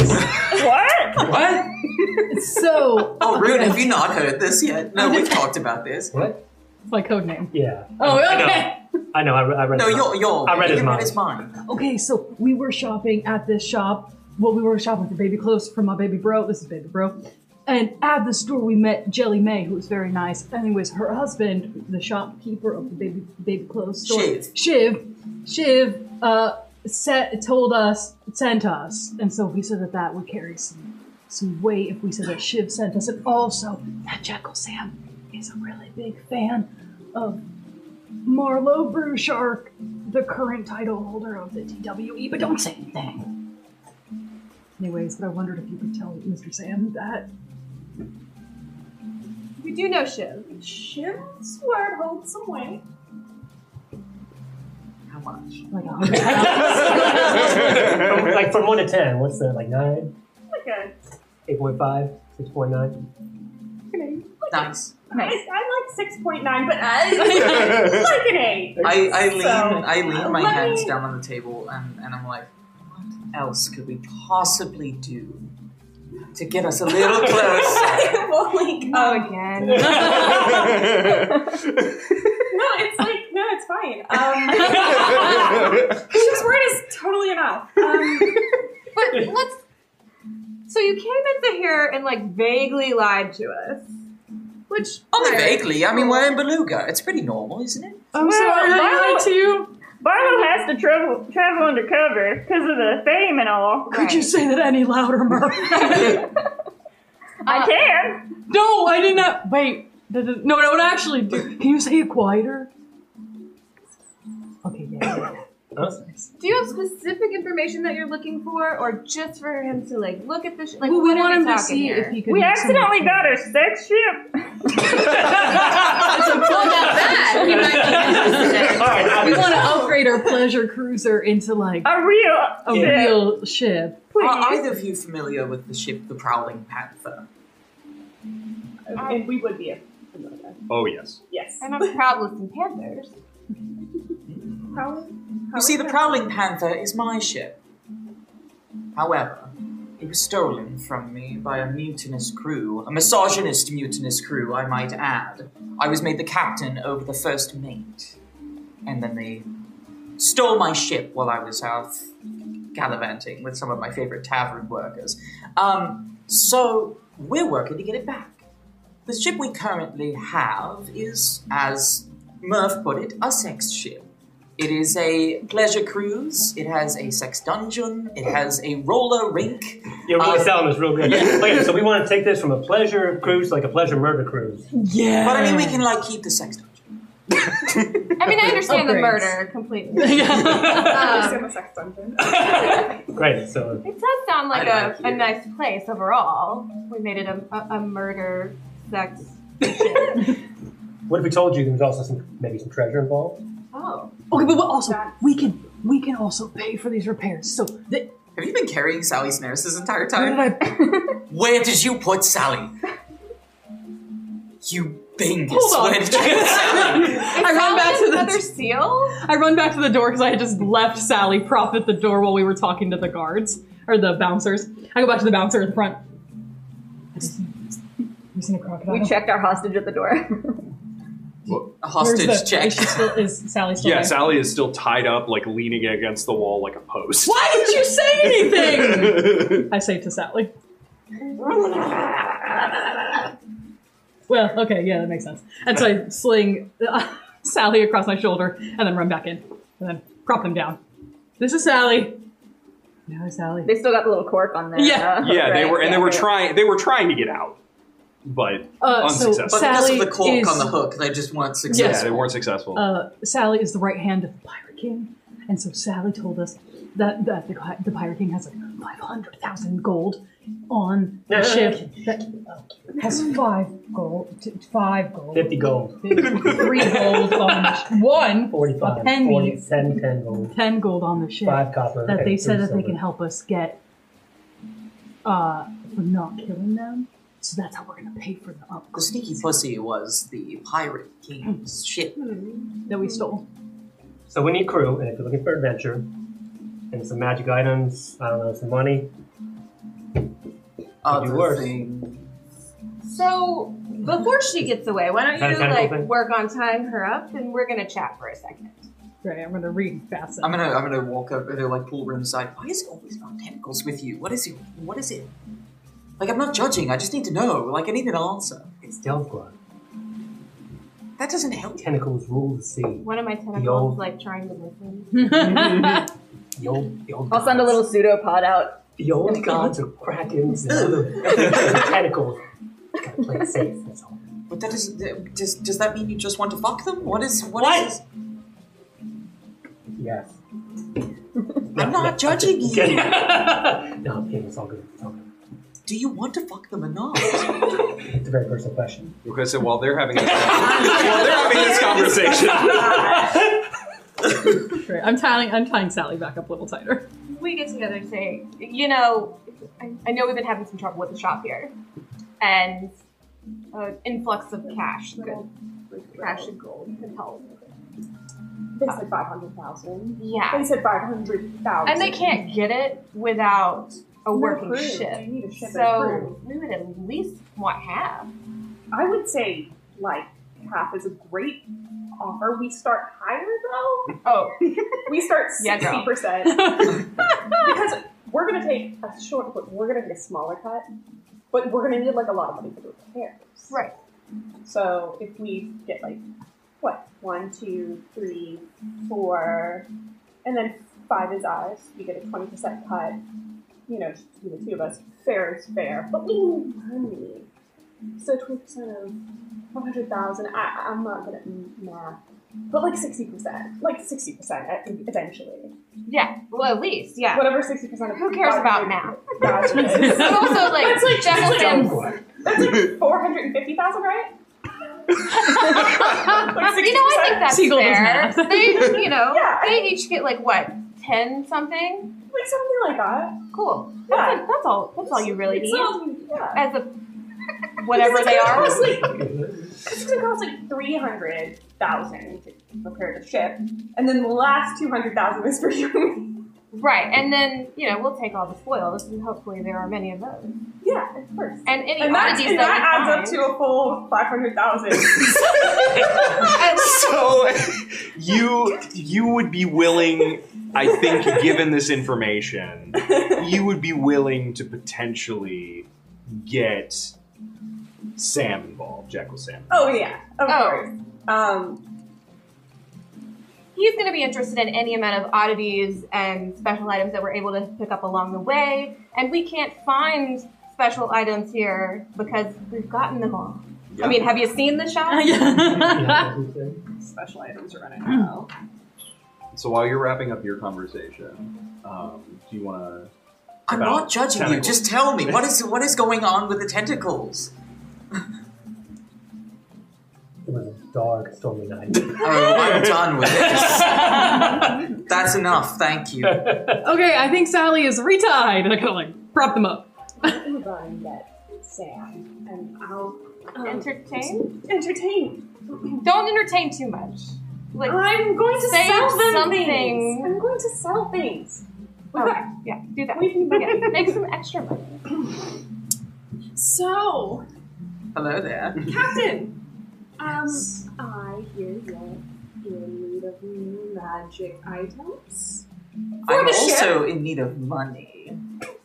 Speaker 9: What?
Speaker 5: What?
Speaker 3: so <laughs>
Speaker 5: Oh, Rune, have you not heard this yet? No, we've talked about this.
Speaker 2: What?
Speaker 3: it's my code name.
Speaker 2: Yeah.
Speaker 3: Oh,
Speaker 2: know.
Speaker 3: okay.
Speaker 2: I know. I, re- I read.
Speaker 5: No,
Speaker 2: it.
Speaker 5: you're you're.
Speaker 2: I read his
Speaker 5: you
Speaker 2: mind.
Speaker 4: <laughs>
Speaker 5: mine.
Speaker 3: Okay, so we were shopping at this shop. Well, we were shopping for baby clothes for my baby bro. This is baby bro. And at the store, we met Jelly May, who was very nice. Anyways, her husband, the shopkeeper of the baby baby clothes store,
Speaker 5: Shiv.
Speaker 3: Shiv, Shiv, uh, set, told us, sent us. And so we said that that would carry some, some weight if we said that Shiv sent us. And also, that Jekyll Sam is a really big fan of Marlowe Brewshark, the current title holder of the TWE, but don't say anything. Anyways, but I wondered if you could tell Mr. Sam that.
Speaker 8: We do
Speaker 4: Oh,
Speaker 8: know Shiv.
Speaker 4: Shiv's word holds some weight.
Speaker 5: How much?
Speaker 3: Like a
Speaker 2: from, like from one to ten, what's that? Like nine,
Speaker 4: Like a
Speaker 2: eight point five, six point nine.
Speaker 5: Nice.
Speaker 4: I, I like six point nine,
Speaker 5: <laughs>
Speaker 4: but I <laughs> like an eight.
Speaker 5: I, I lean,
Speaker 4: So,
Speaker 5: I lean my
Speaker 4: let
Speaker 5: hands
Speaker 4: me-
Speaker 5: down on the table, and, and I'm like, what else could we possibly do to get us a
Speaker 4: <laughs>
Speaker 5: little closer?
Speaker 4: I will like,
Speaker 8: Oh,
Speaker 4: um,
Speaker 8: again.
Speaker 4: no, it's like no, it's fine. Um, <laughs> his word is totally enough. Um,
Speaker 8: But let's. So you came into here and like vaguely lied to us, which
Speaker 5: Only vaguely. I mean, we're in Beluga. It's pretty normal, isn't
Speaker 4: <laughs>
Speaker 5: it?
Speaker 3: I'm
Speaker 9: Well,
Speaker 3: sorry, I
Speaker 9: Milo-
Speaker 3: lied to you.
Speaker 9: Barlow has to travel travel undercover because of the fame and all.
Speaker 3: Could you say that any louder, Murph?
Speaker 9: I can.
Speaker 3: <laughs> no, I did not. Wait. No, no, don't actually do. Can you say it quieter? Okay, yeah. yeah, yeah. That's nice.
Speaker 8: Do you have specific information that you're looking for, or just for him to like look at this? Like,
Speaker 3: Well, we
Speaker 8: what are
Speaker 3: want him to
Speaker 8: talking
Speaker 3: see
Speaker 8: here?
Speaker 3: if he could.
Speaker 9: We
Speaker 3: make some-
Speaker 9: accidentally got her sex ship.
Speaker 3: Well, not Oh, <laughs> that. We
Speaker 8: <laughs>
Speaker 3: might
Speaker 2: All <laughs> right, now
Speaker 3: be- We <laughs> want to upgrade our pleasure cruiser into like
Speaker 9: A real
Speaker 3: a
Speaker 9: ship.
Speaker 3: real ship.
Speaker 9: Please.
Speaker 5: Are either of you familiar with the ship, the Prowling Panther?
Speaker 4: I- we would be a familiar.
Speaker 1: Oh yes.
Speaker 4: Yes.
Speaker 8: I know Prowlers and Panthers.
Speaker 4: How- how
Speaker 5: You see, the
Speaker 4: is
Speaker 5: Prowling Panther is my ship. However, it was stolen from me by a mutinous crew, a misogynist mutinous crew, I might add. I was made the captain over the first mate, and then they stole my ship while I was out gallivanting with some of my favorite tavern workers. Um, so we're working to get it back. The ship we currently have is, as Murph put it, a sex ship. It is a pleasure cruise. It has a sex dungeon. It has a roller rink.
Speaker 2: You're really
Speaker 5: Uh,
Speaker 2: selling this real good. Okay, so we want to take this from a pleasure cruise to like a pleasure murder cruise.
Speaker 3: Yeah.
Speaker 5: But I mean, we can like keep the sex dungeon.
Speaker 8: I mean, I understand the
Speaker 3: Upgrades.
Speaker 8: murder
Speaker 3: <laughs>
Speaker 8: completely.
Speaker 4: that-
Speaker 8: Um,
Speaker 4: It's in the sex dungeon.
Speaker 2: Great. So
Speaker 8: it does sound like
Speaker 5: I
Speaker 8: a,
Speaker 5: like
Speaker 8: a
Speaker 5: you.
Speaker 8: nice place overall. We made it a, a, a murder sex.
Speaker 2: what if we told you there was also some maybe some treasure involved?
Speaker 8: Oh,
Speaker 3: <laughs> Okay, but also we can we can also pay for these repairs. So the,
Speaker 5: Have you been carrying Sally Snares this entire
Speaker 3: where
Speaker 5: time?
Speaker 3: did I
Speaker 5: Where did you put
Speaker 3: <laughs>
Speaker 5: Sally? You bingus.
Speaker 3: Hold on.
Speaker 5: Where did you
Speaker 3: <laughs>
Speaker 5: put Sally?
Speaker 3: I run back to
Speaker 8: another
Speaker 3: the
Speaker 8: seal.
Speaker 3: I run back to the door because I had just left Sally prop at the door while we were talking to the guards or the bouncers. I go back to the bouncer at the front. I just- You seen a crocodile?
Speaker 7: We checked our hostage at the door. <laughs>
Speaker 5: A
Speaker 3: Where's
Speaker 5: hostage
Speaker 3: the-
Speaker 5: check.
Speaker 3: Is, she still, is Sally still
Speaker 1: Yeah,
Speaker 3: there?
Speaker 1: Sally is still tied up, like leaning against the wall like a post.
Speaker 3: <laughs> Why didn't you say anything? I say to Sally. Well, okay, yeah, that makes sense. And so I sling uh, <laughs> Sally across my shoulder and then run back in and then prop them down. This is Sally. No, Sally.
Speaker 7: They still got the little cork on there.
Speaker 3: Yeah.
Speaker 7: uh,
Speaker 1: yeah, they
Speaker 7: right,
Speaker 1: were and they were
Speaker 7: yeah.
Speaker 1: trying they were trying to get out. But
Speaker 3: Uh, so
Speaker 1: unsuccessful.
Speaker 5: but because
Speaker 3: Sally
Speaker 5: of the cork
Speaker 3: is-
Speaker 5: on the hook, they just weren't
Speaker 1: yeah,
Speaker 5: successful.
Speaker 1: they weren't successful.
Speaker 3: uh, Sally is the right hand of the Pirate King, and so Sally told us that, that the, the Pirate King has like 500,000 gold on the ship that has five gold, t- five gold,
Speaker 2: Fifty gold,
Speaker 3: three gold on the sh- one, a
Speaker 2: forty-five,
Speaker 3: penny,
Speaker 2: 40, 10, 10 gold,
Speaker 3: ten gold on the ship.
Speaker 2: five copper.
Speaker 3: that
Speaker 2: okay,
Speaker 3: they said
Speaker 2: three
Speaker 3: that they can
Speaker 2: silver.
Speaker 3: help us get uh for not killing them. So that's how we're gonna pay for the
Speaker 5: The
Speaker 3: upgrade
Speaker 5: sneaky pussy was the pirate king's ship.
Speaker 3: that we stole.
Speaker 2: So we need crew, and if you're looking for adventure, and some magic items, I don't know, some money. Could be
Speaker 5: Other
Speaker 2: worse.
Speaker 5: thing.
Speaker 8: So before she gets away, why don't
Speaker 2: That
Speaker 8: you
Speaker 2: kind of
Speaker 8: like
Speaker 2: thing?
Speaker 8: work on tying her up, and we're gonna chat for a second.
Speaker 3: Right, I'm gonna read fast.
Speaker 5: I'm gonna I'm gonna walk over to like pull room aside. Why is it always about tentacles with you? What is it? What is it? Like I'm not judging, I just need to know. Like I need an answer.
Speaker 2: It's Delphra.
Speaker 5: That doesn't help.
Speaker 2: Tentacles rule the sea.
Speaker 8: One of my
Speaker 2: Yo.
Speaker 8: tentacles like trying to listen.
Speaker 2: The old, the old
Speaker 7: I'll send a
Speaker 2: gods-
Speaker 7: little pseudopod out.
Speaker 2: The old gods are krakens and other <laughs> tentacles. Gotta play it safe. That's all.
Speaker 5: But that is that- does does that mean you just want to fuck them? What is what,
Speaker 2: What?
Speaker 5: is?
Speaker 2: Yes.
Speaker 5: I'm not judging you.
Speaker 2: Okay. <laughs> no, I'm kidding. It's all good. It's all good.
Speaker 5: Do you want to fuck them or not?
Speaker 2: It's a very personal
Speaker 1: <laughs>
Speaker 2: question.
Speaker 7: <laughs>
Speaker 1: Because while they're having this, while they're having this conversation,
Speaker 3: Sure. I'm tying I'm tying Sally back up a little tighter. <laughs>
Speaker 8: we get together and say, you know, I, I know we've been having some trouble with the shop here, and uh, influx of cash, good, cash and gold could help.
Speaker 4: They said 500,000. They
Speaker 8: Yeah,
Speaker 4: said 500,000.
Speaker 8: and they can't get it without a
Speaker 4: No
Speaker 8: working
Speaker 4: crew. They
Speaker 8: ship.
Speaker 4: need a ship and crew.
Speaker 8: So we would at least want half.
Speaker 4: I would say like half is a great offer. We start higher though.
Speaker 8: Oh,
Speaker 4: We start
Speaker 8: Yeah,
Speaker 4: sixty
Speaker 8: girl.
Speaker 4: percent because we're gonna take a short cut. We're gonna get a smaller cut, but we're gonna need like a lot of money for the repairs.
Speaker 8: right.
Speaker 4: So if we get like what one, two, three, four, and then five is ours. We get a twenty percent cut. You know, just between the two of us, fair is fair. But we need money. So twenty percent of one hundred thousand. I I'm not gonna nah. But like sixty percent, like sixty percent eventually.
Speaker 8: Yeah, well, at least, yeah.
Speaker 4: Whatever sixty percent of
Speaker 8: Who cares about now?
Speaker 4: 500,000 is.
Speaker 8: But also, like,
Speaker 4: That's like-
Speaker 8: Jeff
Speaker 4: that's like-
Speaker 8: Sims-
Speaker 4: That's like four hundred and fifty thousand, right? Like
Speaker 8: you know, I think
Speaker 4: 60%.
Speaker 8: that's
Speaker 3: Siegel does
Speaker 8: fair.
Speaker 3: math.
Speaker 4: <laughs>
Speaker 8: They, you know,
Speaker 4: Yeah.
Speaker 8: they each get like what ten something.
Speaker 4: like something like that.
Speaker 8: Cool. That's,
Speaker 4: Yeah.
Speaker 8: it. that's all. That's all you really
Speaker 4: It's
Speaker 8: need.
Speaker 4: all- yeah.
Speaker 8: As a whatever they are.
Speaker 4: It's like it's gonna cost like three hundred thousand to prepare the ship, and then the last two hundred thousand is for <laughs> you.
Speaker 8: Right, and then you know we'll take all the spoils, and hopefully there are many of those,
Speaker 4: yeah, of course.
Speaker 8: and any
Speaker 4: And that,
Speaker 8: oddities
Speaker 4: and
Speaker 8: that
Speaker 4: that
Speaker 8: we
Speaker 4: adds up
Speaker 8: find.
Speaker 4: to a full five hundred
Speaker 8: <laughs>
Speaker 4: thousand.
Speaker 1: <laughs> so you you would be willing i think given this information you would be willing to potentially get sam involved jekyll sam
Speaker 4: oh yeah, of
Speaker 8: Oh.
Speaker 4: course. Um,
Speaker 8: He's going to be interested in any amount of oddities and special items that we're able to pick up along the way, and we can't find special items here because we've gotten them all. I mean, have you seen the shop?
Speaker 3: yeah.
Speaker 4: special items are running out.
Speaker 1: so while you're wrapping up your conversation um, do you want to
Speaker 5: I'm
Speaker 1: About
Speaker 5: not judging
Speaker 1: tentacles.
Speaker 5: you. Just tell me what is what is going on with
Speaker 2: <laughs>
Speaker 5: the tentacles.
Speaker 2: It was a dark, stormy night.
Speaker 5: Oh, I'm done with this. That's enough. Thank you.
Speaker 3: Okay, I think Sally is retied. And I kind of like prop them up.
Speaker 4: I'm going to get Sam, and I'll um,
Speaker 8: Entertain?
Speaker 4: entertain.
Speaker 8: Don't entertain too much. Like,
Speaker 4: I'm going to
Speaker 8: Save
Speaker 4: sell them
Speaker 8: something.
Speaker 4: things. I'm going to sell things. We've
Speaker 8: okay,
Speaker 4: got-
Speaker 8: yeah, do that.
Speaker 4: we can go
Speaker 8: Yeah, make some extra money.
Speaker 4: So,
Speaker 5: Hello there. <laughs>
Speaker 4: Captain, um, I hear that you're in need of new magic items.
Speaker 5: I'm
Speaker 4: the ship.
Speaker 5: also in need of money,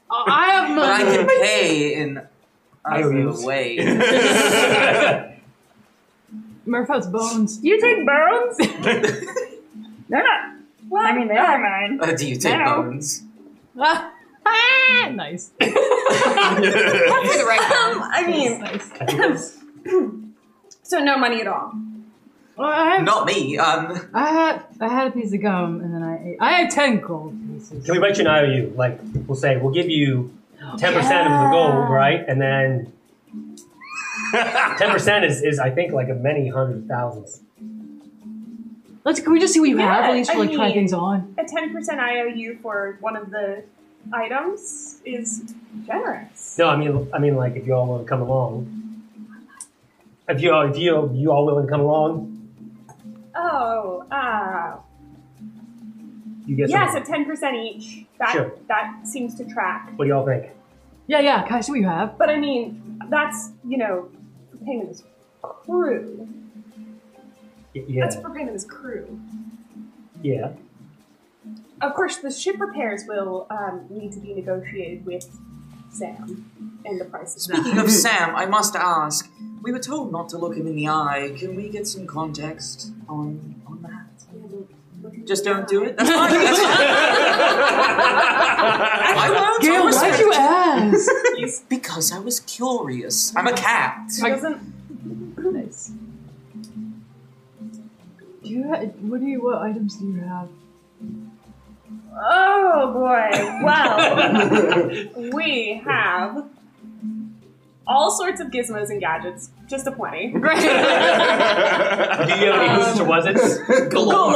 Speaker 3: I have
Speaker 5: but I
Speaker 3: money.
Speaker 5: can pay in other
Speaker 2: Items.
Speaker 3: <laughs>
Speaker 5: ways.
Speaker 3: Murph has bones.
Speaker 9: You take
Speaker 8: <laughs>
Speaker 9: bones? They're not.
Speaker 4: Well,
Speaker 9: I mean, they
Speaker 8: um,
Speaker 9: are mine.
Speaker 8: <laughs>
Speaker 5: Uh, do you take
Speaker 9: Ow.
Speaker 5: bones?
Speaker 3: <laughs> Ah, ah, nice.
Speaker 8: Hopefully the right
Speaker 4: um, I mean,
Speaker 3: nice.
Speaker 4: so no money at all.
Speaker 3: Well, I, have,
Speaker 5: Not me. Um,
Speaker 3: I had I had a piece of gum and then I ate. I had ten gold pieces.
Speaker 2: Can we write you an IOU? Like, we'll say, we'll give you 10% of the gold, right? And then 10% is, is, I think, like a many hundred thousands.
Speaker 3: Let's. Can we just see what you
Speaker 4: Yeah,
Speaker 3: have at least for
Speaker 4: I
Speaker 3: like try
Speaker 4: mean-
Speaker 3: things on?
Speaker 4: A ten percent IOU for one of the items is generous.
Speaker 2: No, I mean, I mean, like, if you all want to come along. If you all, if you, you all willing to come along,
Speaker 4: Oh, uh,
Speaker 2: you get
Speaker 4: yeah, so
Speaker 2: something.
Speaker 4: ten percent each. That
Speaker 2: Sure.
Speaker 4: that seems to track.
Speaker 2: What do y'all think?
Speaker 3: Yeah, yeah. Can I see what you have?
Speaker 4: But I mean, that's you know, for payment is crew.
Speaker 2: Y- Yeah.
Speaker 4: That's for payment is crew.
Speaker 2: Yeah.
Speaker 4: Of course, the ship repairs will um, need to be negotiated with Sam, and the price is not. <laughs>
Speaker 5: speaking of Sam, I must ask. We were told not to look him in the eye. Can we get some context on on that? Just don't do it.
Speaker 3: <laughs>
Speaker 5: That's fine. That's
Speaker 4: <laughs>
Speaker 5: fine. I won't. I
Speaker 3: Gail,
Speaker 5: was-
Speaker 3: why'd you ask?
Speaker 5: Because I was curious. I'm a cat.
Speaker 4: She doesn't.
Speaker 3: nice. Do you ha- what do you what items do you <laughs> have?
Speaker 4: Oh boy!
Speaker 2: <laughs>
Speaker 4: Well, we have all sorts of gizmos and gadgets. Just a plenty.
Speaker 3: Right.
Speaker 2: Do you have any <laughs>
Speaker 4: Um,
Speaker 6: <laughs>
Speaker 2: who's to was it?
Speaker 4: Galore.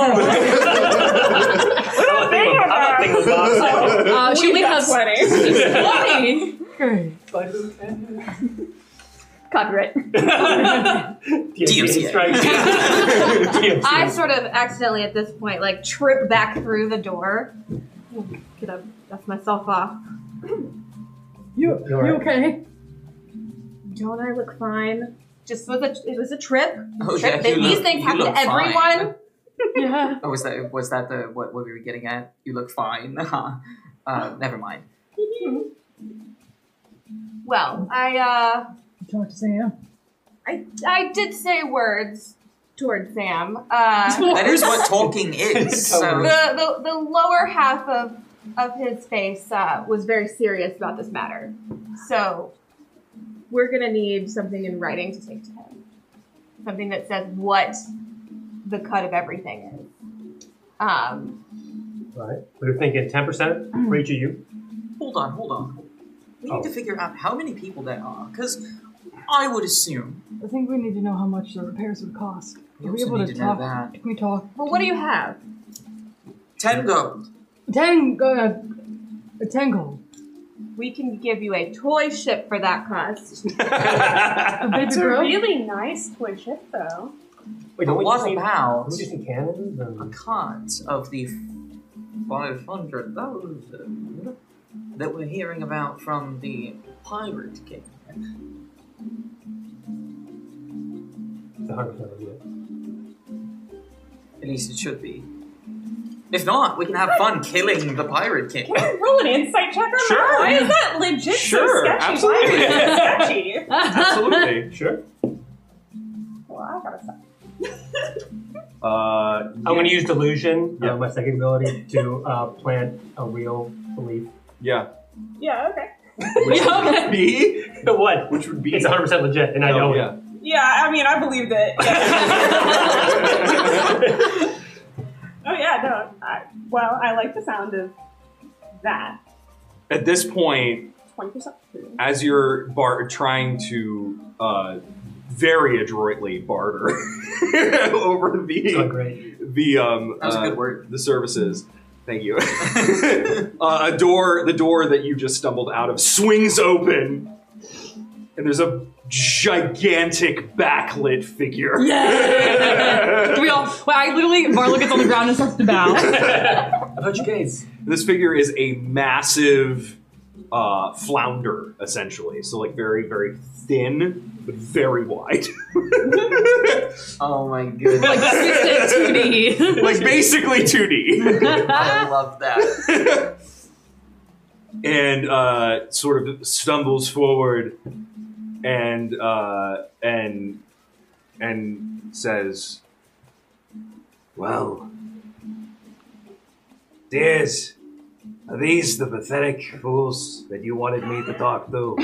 Speaker 2: <laughs>
Speaker 9: What a thing about
Speaker 2: Think of Bob.
Speaker 3: Uh, she only has <laughs>
Speaker 9: plenty. <laughs>
Speaker 3: Great.
Speaker 7: Copyright.
Speaker 2: DMC strikes. DMC.
Speaker 8: I sort of accidentally at this point like trip back through the door. Get up, dust myself off.
Speaker 3: You,
Speaker 2: You're
Speaker 3: you okay?
Speaker 8: Don't I look fine? Just was a it was a trip.
Speaker 5: Oh,
Speaker 8: trip.
Speaker 5: yeah, you
Speaker 8: These
Speaker 5: look-
Speaker 8: things
Speaker 5: you
Speaker 8: happen
Speaker 5: look
Speaker 8: to
Speaker 5: fine.
Speaker 8: everyone.
Speaker 3: <laughs> Yeah.
Speaker 5: Oh, was that was that the what, what we were getting at? You look fine. <laughs> uh, never
Speaker 8: <laughs>
Speaker 5: mind.
Speaker 8: Well, I uh
Speaker 3: Talk to Sam.
Speaker 8: I I did say words towards Sam. Uh,
Speaker 5: That is what talking
Speaker 8: <laughs>
Speaker 5: is.
Speaker 8: the,
Speaker 5: so
Speaker 8: the the lower half of of his face uh, was very serious about this matter. So we're gonna need something in writing to take to him. Something that says what the cut of everything is. Um,
Speaker 2: Right. We were thinking 10% for each of you.
Speaker 5: hold on, hold on. We need
Speaker 2: Oh.
Speaker 5: to figure out how many people there are, because I would assume.
Speaker 3: I think we need to know how much the repairs would cost.
Speaker 5: We
Speaker 3: Are we
Speaker 5: also
Speaker 3: able
Speaker 5: need
Speaker 3: to
Speaker 5: to know
Speaker 3: talk?
Speaker 5: that.
Speaker 3: Can we talk?
Speaker 8: well, what do you have?
Speaker 5: Ten gold.
Speaker 3: Ten, uh, a ten <laughs> gold.
Speaker 8: We can give you a toy ship for that cost. <laughs>
Speaker 3: A baby
Speaker 9: It's a
Speaker 3: bro.
Speaker 9: really nice toy ship, though.
Speaker 2: Wait,
Speaker 5: But
Speaker 2: don't we
Speaker 5: what
Speaker 2: just need,
Speaker 5: about-
Speaker 2: don't we just need cannons?
Speaker 5: A
Speaker 2: And...
Speaker 5: cut of the five hundred thousand that we're hearing about from the pirate king.
Speaker 2: It's 100% of it.
Speaker 5: At least it should be. If not, we can have fun killing the pirate king.
Speaker 9: Can we roll an insight check on
Speaker 1: Sure.
Speaker 9: that? Why is that legit
Speaker 1: Sure,
Speaker 9: so sketchy?
Speaker 1: absolutely.
Speaker 9: Why is
Speaker 2: <laughs>
Speaker 9: it sketchy?
Speaker 1: <laughs> Absolutely.
Speaker 2: Sure.
Speaker 9: Well, I gotta stop.
Speaker 1: Uh,
Speaker 2: I'm going to use delusion,
Speaker 1: Yeah.
Speaker 2: uh, my second ability, to uh, plant a real belief.
Speaker 5: <laughs>
Speaker 1: yeah.
Speaker 9: Yeah, okay.
Speaker 3: Yeah, okay.
Speaker 1: B,
Speaker 2: <laughs> what?
Speaker 1: which would be.
Speaker 2: It's 100% legit, and I
Speaker 1: Oh,
Speaker 2: know
Speaker 1: yeah.
Speaker 9: Yeah, I mean, I believed it.
Speaker 2: <laughs>
Speaker 5: <laughs>
Speaker 2: it.
Speaker 9: oh yeah, no. I, well, I like the sound of that.
Speaker 1: <laughs> At this point,
Speaker 9: Twenty percent.
Speaker 1: as you're bar- trying to uh, very adroitly barter <laughs> over
Speaker 2: oh,
Speaker 1: the
Speaker 2: great.
Speaker 1: the um,
Speaker 5: That was a
Speaker 1: uh,
Speaker 5: good word.
Speaker 1: the services. Thank
Speaker 5: <laughs>
Speaker 1: you. <laughs> uh, a door, the door that you just stumbled out of, swings open, and there's a gigantic backlit figure.
Speaker 3: Yeah. Do we all? Well, I literally, Marla gets on the ground and starts to bow. <laughs>
Speaker 2: About you guys.
Speaker 1: This figure is a massive uh, flounder, essentially. So, like, very, very thin, but very
Speaker 2: <laughs>
Speaker 1: wide. <laughs>
Speaker 5: Oh my goodness.
Speaker 3: Like six to <laughs> two
Speaker 1: like, basically 2D.
Speaker 5: I love that.
Speaker 1: <laughs> and uh, sort of stumbles forward and, uh, and, and says,
Speaker 6: Well, dears, are these the pathetic fools that you wanted me to talk to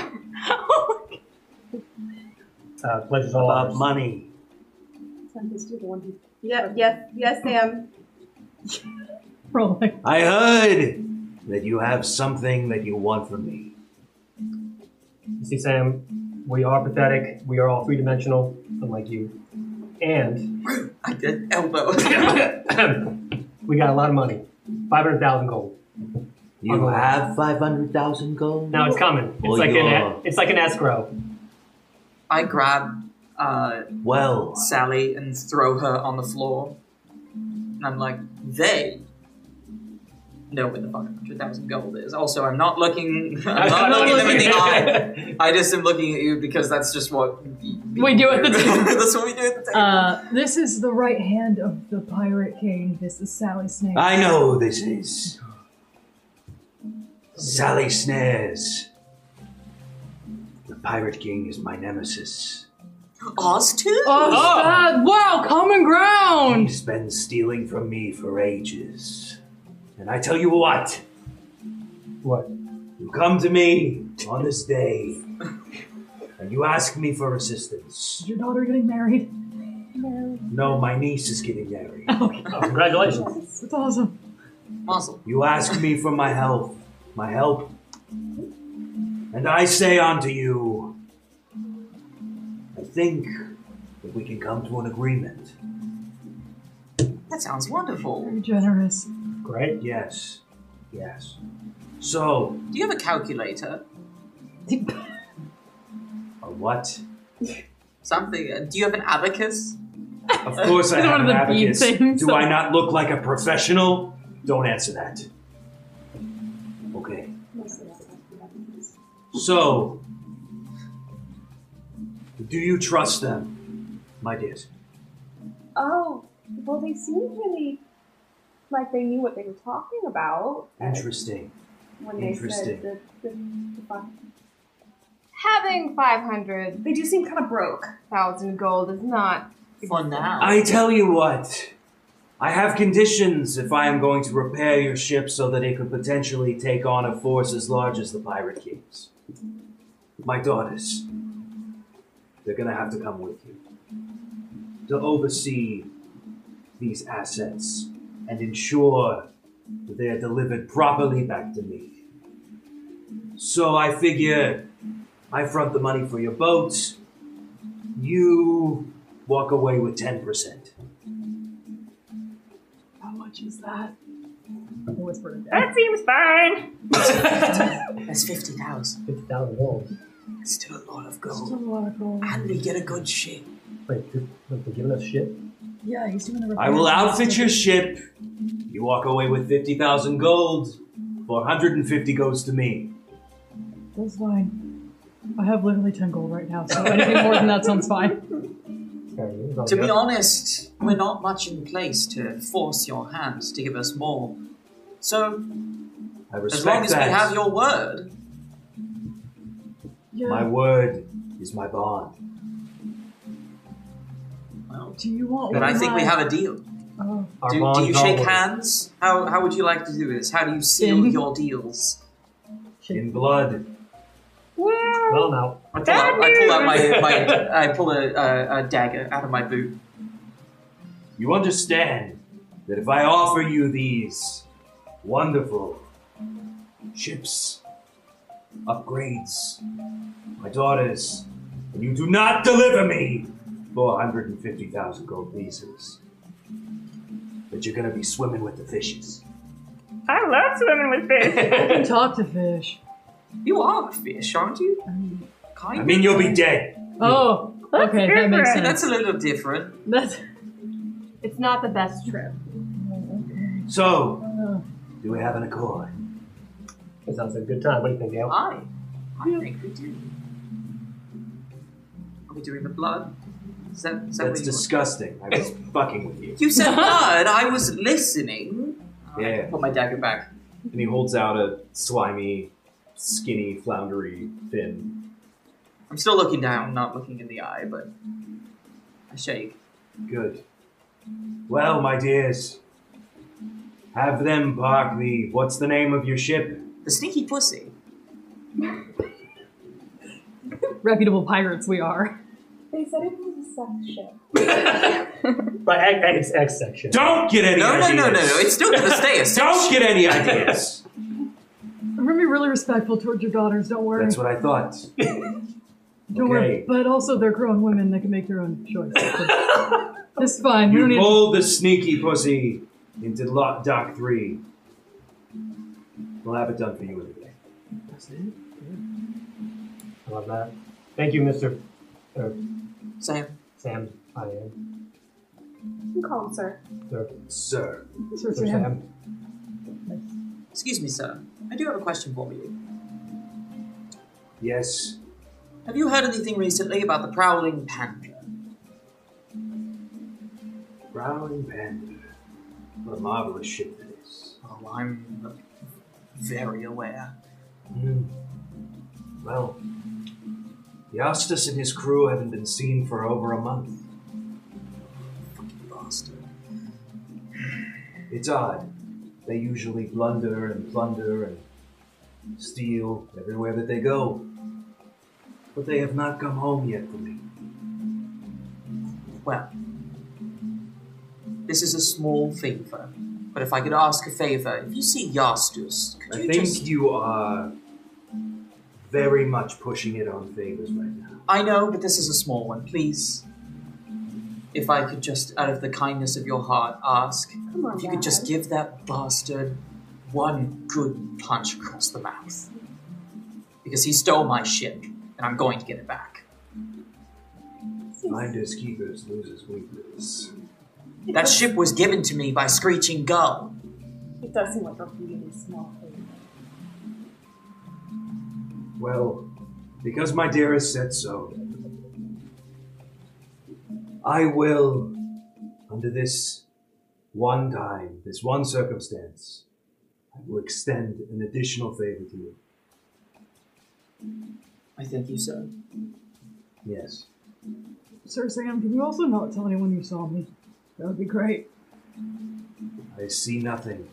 Speaker 2: Uh, pleasure's all
Speaker 6: about
Speaker 2: ours.
Speaker 6: money?
Speaker 8: Yep. Yes. Yes, Sam.
Speaker 3: Rolling.
Speaker 6: I heard that you have something that you want from me.
Speaker 2: You see, Sam, we are pathetic. We are all three dimensional, unlike you. And <clears throat>
Speaker 5: I did elbow. <laughs>
Speaker 2: we got a lot of money 500,000 gold.
Speaker 6: You have 500,000 gold?
Speaker 2: Now it's coming. It's,
Speaker 6: Well,
Speaker 2: like,
Speaker 6: yeah.
Speaker 2: an, e- it's like
Speaker 1: <laughs>
Speaker 2: an escrow.
Speaker 5: I grab uh,
Speaker 6: Well,
Speaker 5: Sally and throw her on the floor. And I'm like, they know where the 500,000 gold is. Also, I'm not looking, <laughs>
Speaker 2: <laughs>
Speaker 5: I'm not looking them in the eye. I just am looking at you because that's just what
Speaker 3: We do at the table.
Speaker 5: <laughs> that's what we do at the table.
Speaker 3: Uh, this is the right hand of the pirate king. This is Sally Snake.
Speaker 6: I know who this is. Sally Snares. The Pirate King is my nemesis.
Speaker 5: Oz too?
Speaker 3: Oh, God. wow! Common ground.
Speaker 6: He's been stealing from me for ages. And I tell you what,
Speaker 2: What?
Speaker 6: you come to me on this day and you ask me for assistance.
Speaker 3: Is your daughter getting married? <laughs>
Speaker 6: No, my niece is getting married.
Speaker 2: <laughs> Oh, congratulations.
Speaker 3: That's awesome.
Speaker 5: Muzzle.
Speaker 6: You ask me for my help, my help. And I say unto you, I think that we can come to an agreement.
Speaker 5: That sounds wonderful.
Speaker 3: Very generous.
Speaker 2: right?
Speaker 6: Yes. Yes. So,
Speaker 5: Do you have a calculator?
Speaker 6: a what?
Speaker 5: Something? uh, Do you have an abacus?
Speaker 6: Of course I
Speaker 3: One of
Speaker 6: have an
Speaker 3: the bead
Speaker 6: abacus.
Speaker 3: things.
Speaker 6: Do I not look like a professional? Don't answer that. Okay. So, do you trust them, my dears?
Speaker 4: Oh, well, they seemed really like they knew what they were talking about
Speaker 6: Interesting.
Speaker 4: when
Speaker 6: they said Interesting.
Speaker 4: the, the,
Speaker 8: Having 500,000
Speaker 4: They do seem kind of broke.
Speaker 8: gold is not.
Speaker 5: For now.
Speaker 6: I tell you what, I have conditions if I am going to repair your ship so that it could potentially take on a force as large as the Pirate Kings. My daughters, they're gonna have to come with you to oversee these assets and ensure that they are delivered properly back to me. So I figure I front the money for your boat. You walk away with 10%.
Speaker 3: How much is that? I whispered it down.
Speaker 9: That seems fine.
Speaker 5: That's 50,000.
Speaker 2: 50,000 gold.
Speaker 5: It's still a lot of
Speaker 3: Still
Speaker 5: gold.
Speaker 3: a lot of gold.
Speaker 5: And we get a good ship.
Speaker 2: Wait, you're- look, they're giving us shit?
Speaker 3: Yeah, he's doing the
Speaker 6: I will outfit your ship. You walk away with 50,000 gold. 450 goes to me.
Speaker 3: That's fine. I have literally 10 gold right now, so anything more than that sounds fine.
Speaker 5: To be honest, we're not much in place to force your hand to give us more. So,
Speaker 6: I
Speaker 5: as
Speaker 6: respect
Speaker 5: long as
Speaker 6: that.
Speaker 5: we have your word,
Speaker 3: Yeah.
Speaker 6: my word is my bond.
Speaker 5: well,
Speaker 3: do you want
Speaker 5: then
Speaker 3: one
Speaker 5: I
Speaker 3: of
Speaker 5: think we
Speaker 3: my-
Speaker 5: have a deal.
Speaker 3: Oh,
Speaker 2: Our
Speaker 5: Do, do
Speaker 2: bonds
Speaker 5: you shake
Speaker 2: always-
Speaker 5: hands? How, how would you like to do this? How do you seal
Speaker 3: In-
Speaker 5: your deals?
Speaker 6: In blood.
Speaker 2: Well, I'm out.
Speaker 5: I pull
Speaker 9: Bad
Speaker 5: out, I pull out my,
Speaker 2: news!
Speaker 5: my I pull a, a, a dagger out of my boot.
Speaker 6: You understand that if I offer you these wonderful ships, upgrades, my daughters, and you do not deliver me 450,000 gold pieces, that you're going to be swimming with the fishes. <laughs>
Speaker 9: I love swimming with fish.
Speaker 3: I can talk to fish.
Speaker 5: You are a fish, aren't you? Kind
Speaker 6: I
Speaker 5: of.
Speaker 6: mean, you'll be dead.
Speaker 3: Oh,
Speaker 9: That's
Speaker 3: okay, that makes
Speaker 9: different.
Speaker 5: That's
Speaker 3: sense.
Speaker 5: a little different.
Speaker 3: That's. <laughs>
Speaker 8: It's not the best trip.
Speaker 6: So,
Speaker 3: Uh,
Speaker 6: do we have an accord?
Speaker 2: That sounds like a good time. What do you think, Gail?
Speaker 5: I, I think we do. Are we doing the blood? Is that, is that
Speaker 6: That's
Speaker 5: what you want?
Speaker 6: disgusting. I was fucking with you.
Speaker 5: You said blood. I was listening.
Speaker 1: Yeah.
Speaker 5: Put my dagger back.
Speaker 1: And he holds out a slimy, skinny, floundery fin.
Speaker 5: I'm still looking down, not looking in the eye, but I shake.
Speaker 6: Good. Well, my dears, have them park the. What's the name of your ship?
Speaker 5: The sneaky pussy.
Speaker 3: reputable pirates we are.
Speaker 4: They said it was a sex ship.
Speaker 2: But X, X, X section.
Speaker 6: Don't get any
Speaker 5: No, no,
Speaker 6: ideas.
Speaker 5: no, no, no. It's still gonna stay a
Speaker 6: Don't get
Speaker 5: <laughs>
Speaker 6: any ideas.
Speaker 3: I'm gonna be really respectful towards your daughters. Don't worry.
Speaker 6: That's what I thought.
Speaker 3: don't worry.
Speaker 6: okay.
Speaker 3: But also, they're grown women. They can make their own choice. it's fine. We don't
Speaker 6: You
Speaker 3: need.
Speaker 6: pulled the sneaky pussy into lot dock three. We'll have it done for you in a day.
Speaker 2: That's it? I love that. Thank you, Mr. Or
Speaker 5: Sam.
Speaker 2: Sam. I am.
Speaker 4: You can call
Speaker 2: <laughs>
Speaker 4: him sir.
Speaker 2: Sir,
Speaker 6: Sir,
Speaker 3: Sir
Speaker 2: Sir
Speaker 3: Sam.
Speaker 2: Sam.
Speaker 5: Excuse me, sir. I do have a question for you.
Speaker 6: yes,
Speaker 5: Have you heard anything recently about the prowling panther?
Speaker 6: Growling Panda. What a marvelous ship that is.
Speaker 5: Oh, I'm very aware.
Speaker 6: Hmm. Well, Yastas and his crew haven't been seen for over a month.
Speaker 5: Fucking bastard.
Speaker 6: It's odd. They usually blunder and plunder and steal everywhere that they go. But they have not come home yet for me.
Speaker 5: Well, this is a small favor, but if I could ask a favor, if you see Yastus, could
Speaker 6: I
Speaker 5: you
Speaker 6: think
Speaker 5: just
Speaker 6: you are very much pushing it on favors right now.
Speaker 5: I know, but this is a small one, please. if I could just, out of the kindness of your heart, ask if you could just give that bastard one good punch across the mouth. Because he stole my ship, and I'm going to get it back.
Speaker 6: Finders keepers loses weakness.
Speaker 5: That ship was given to me by Screeching Gull.
Speaker 4: It does seem like a really small thing.
Speaker 6: Well, because my dearest said so, I will, under this one time, this one circumstance, I will extend an additional favor to you.
Speaker 5: I thank you, sir.
Speaker 6: Yes.
Speaker 3: Sir Sam, can you also not tell anyone you saw me? That would be great.
Speaker 6: I see nothing,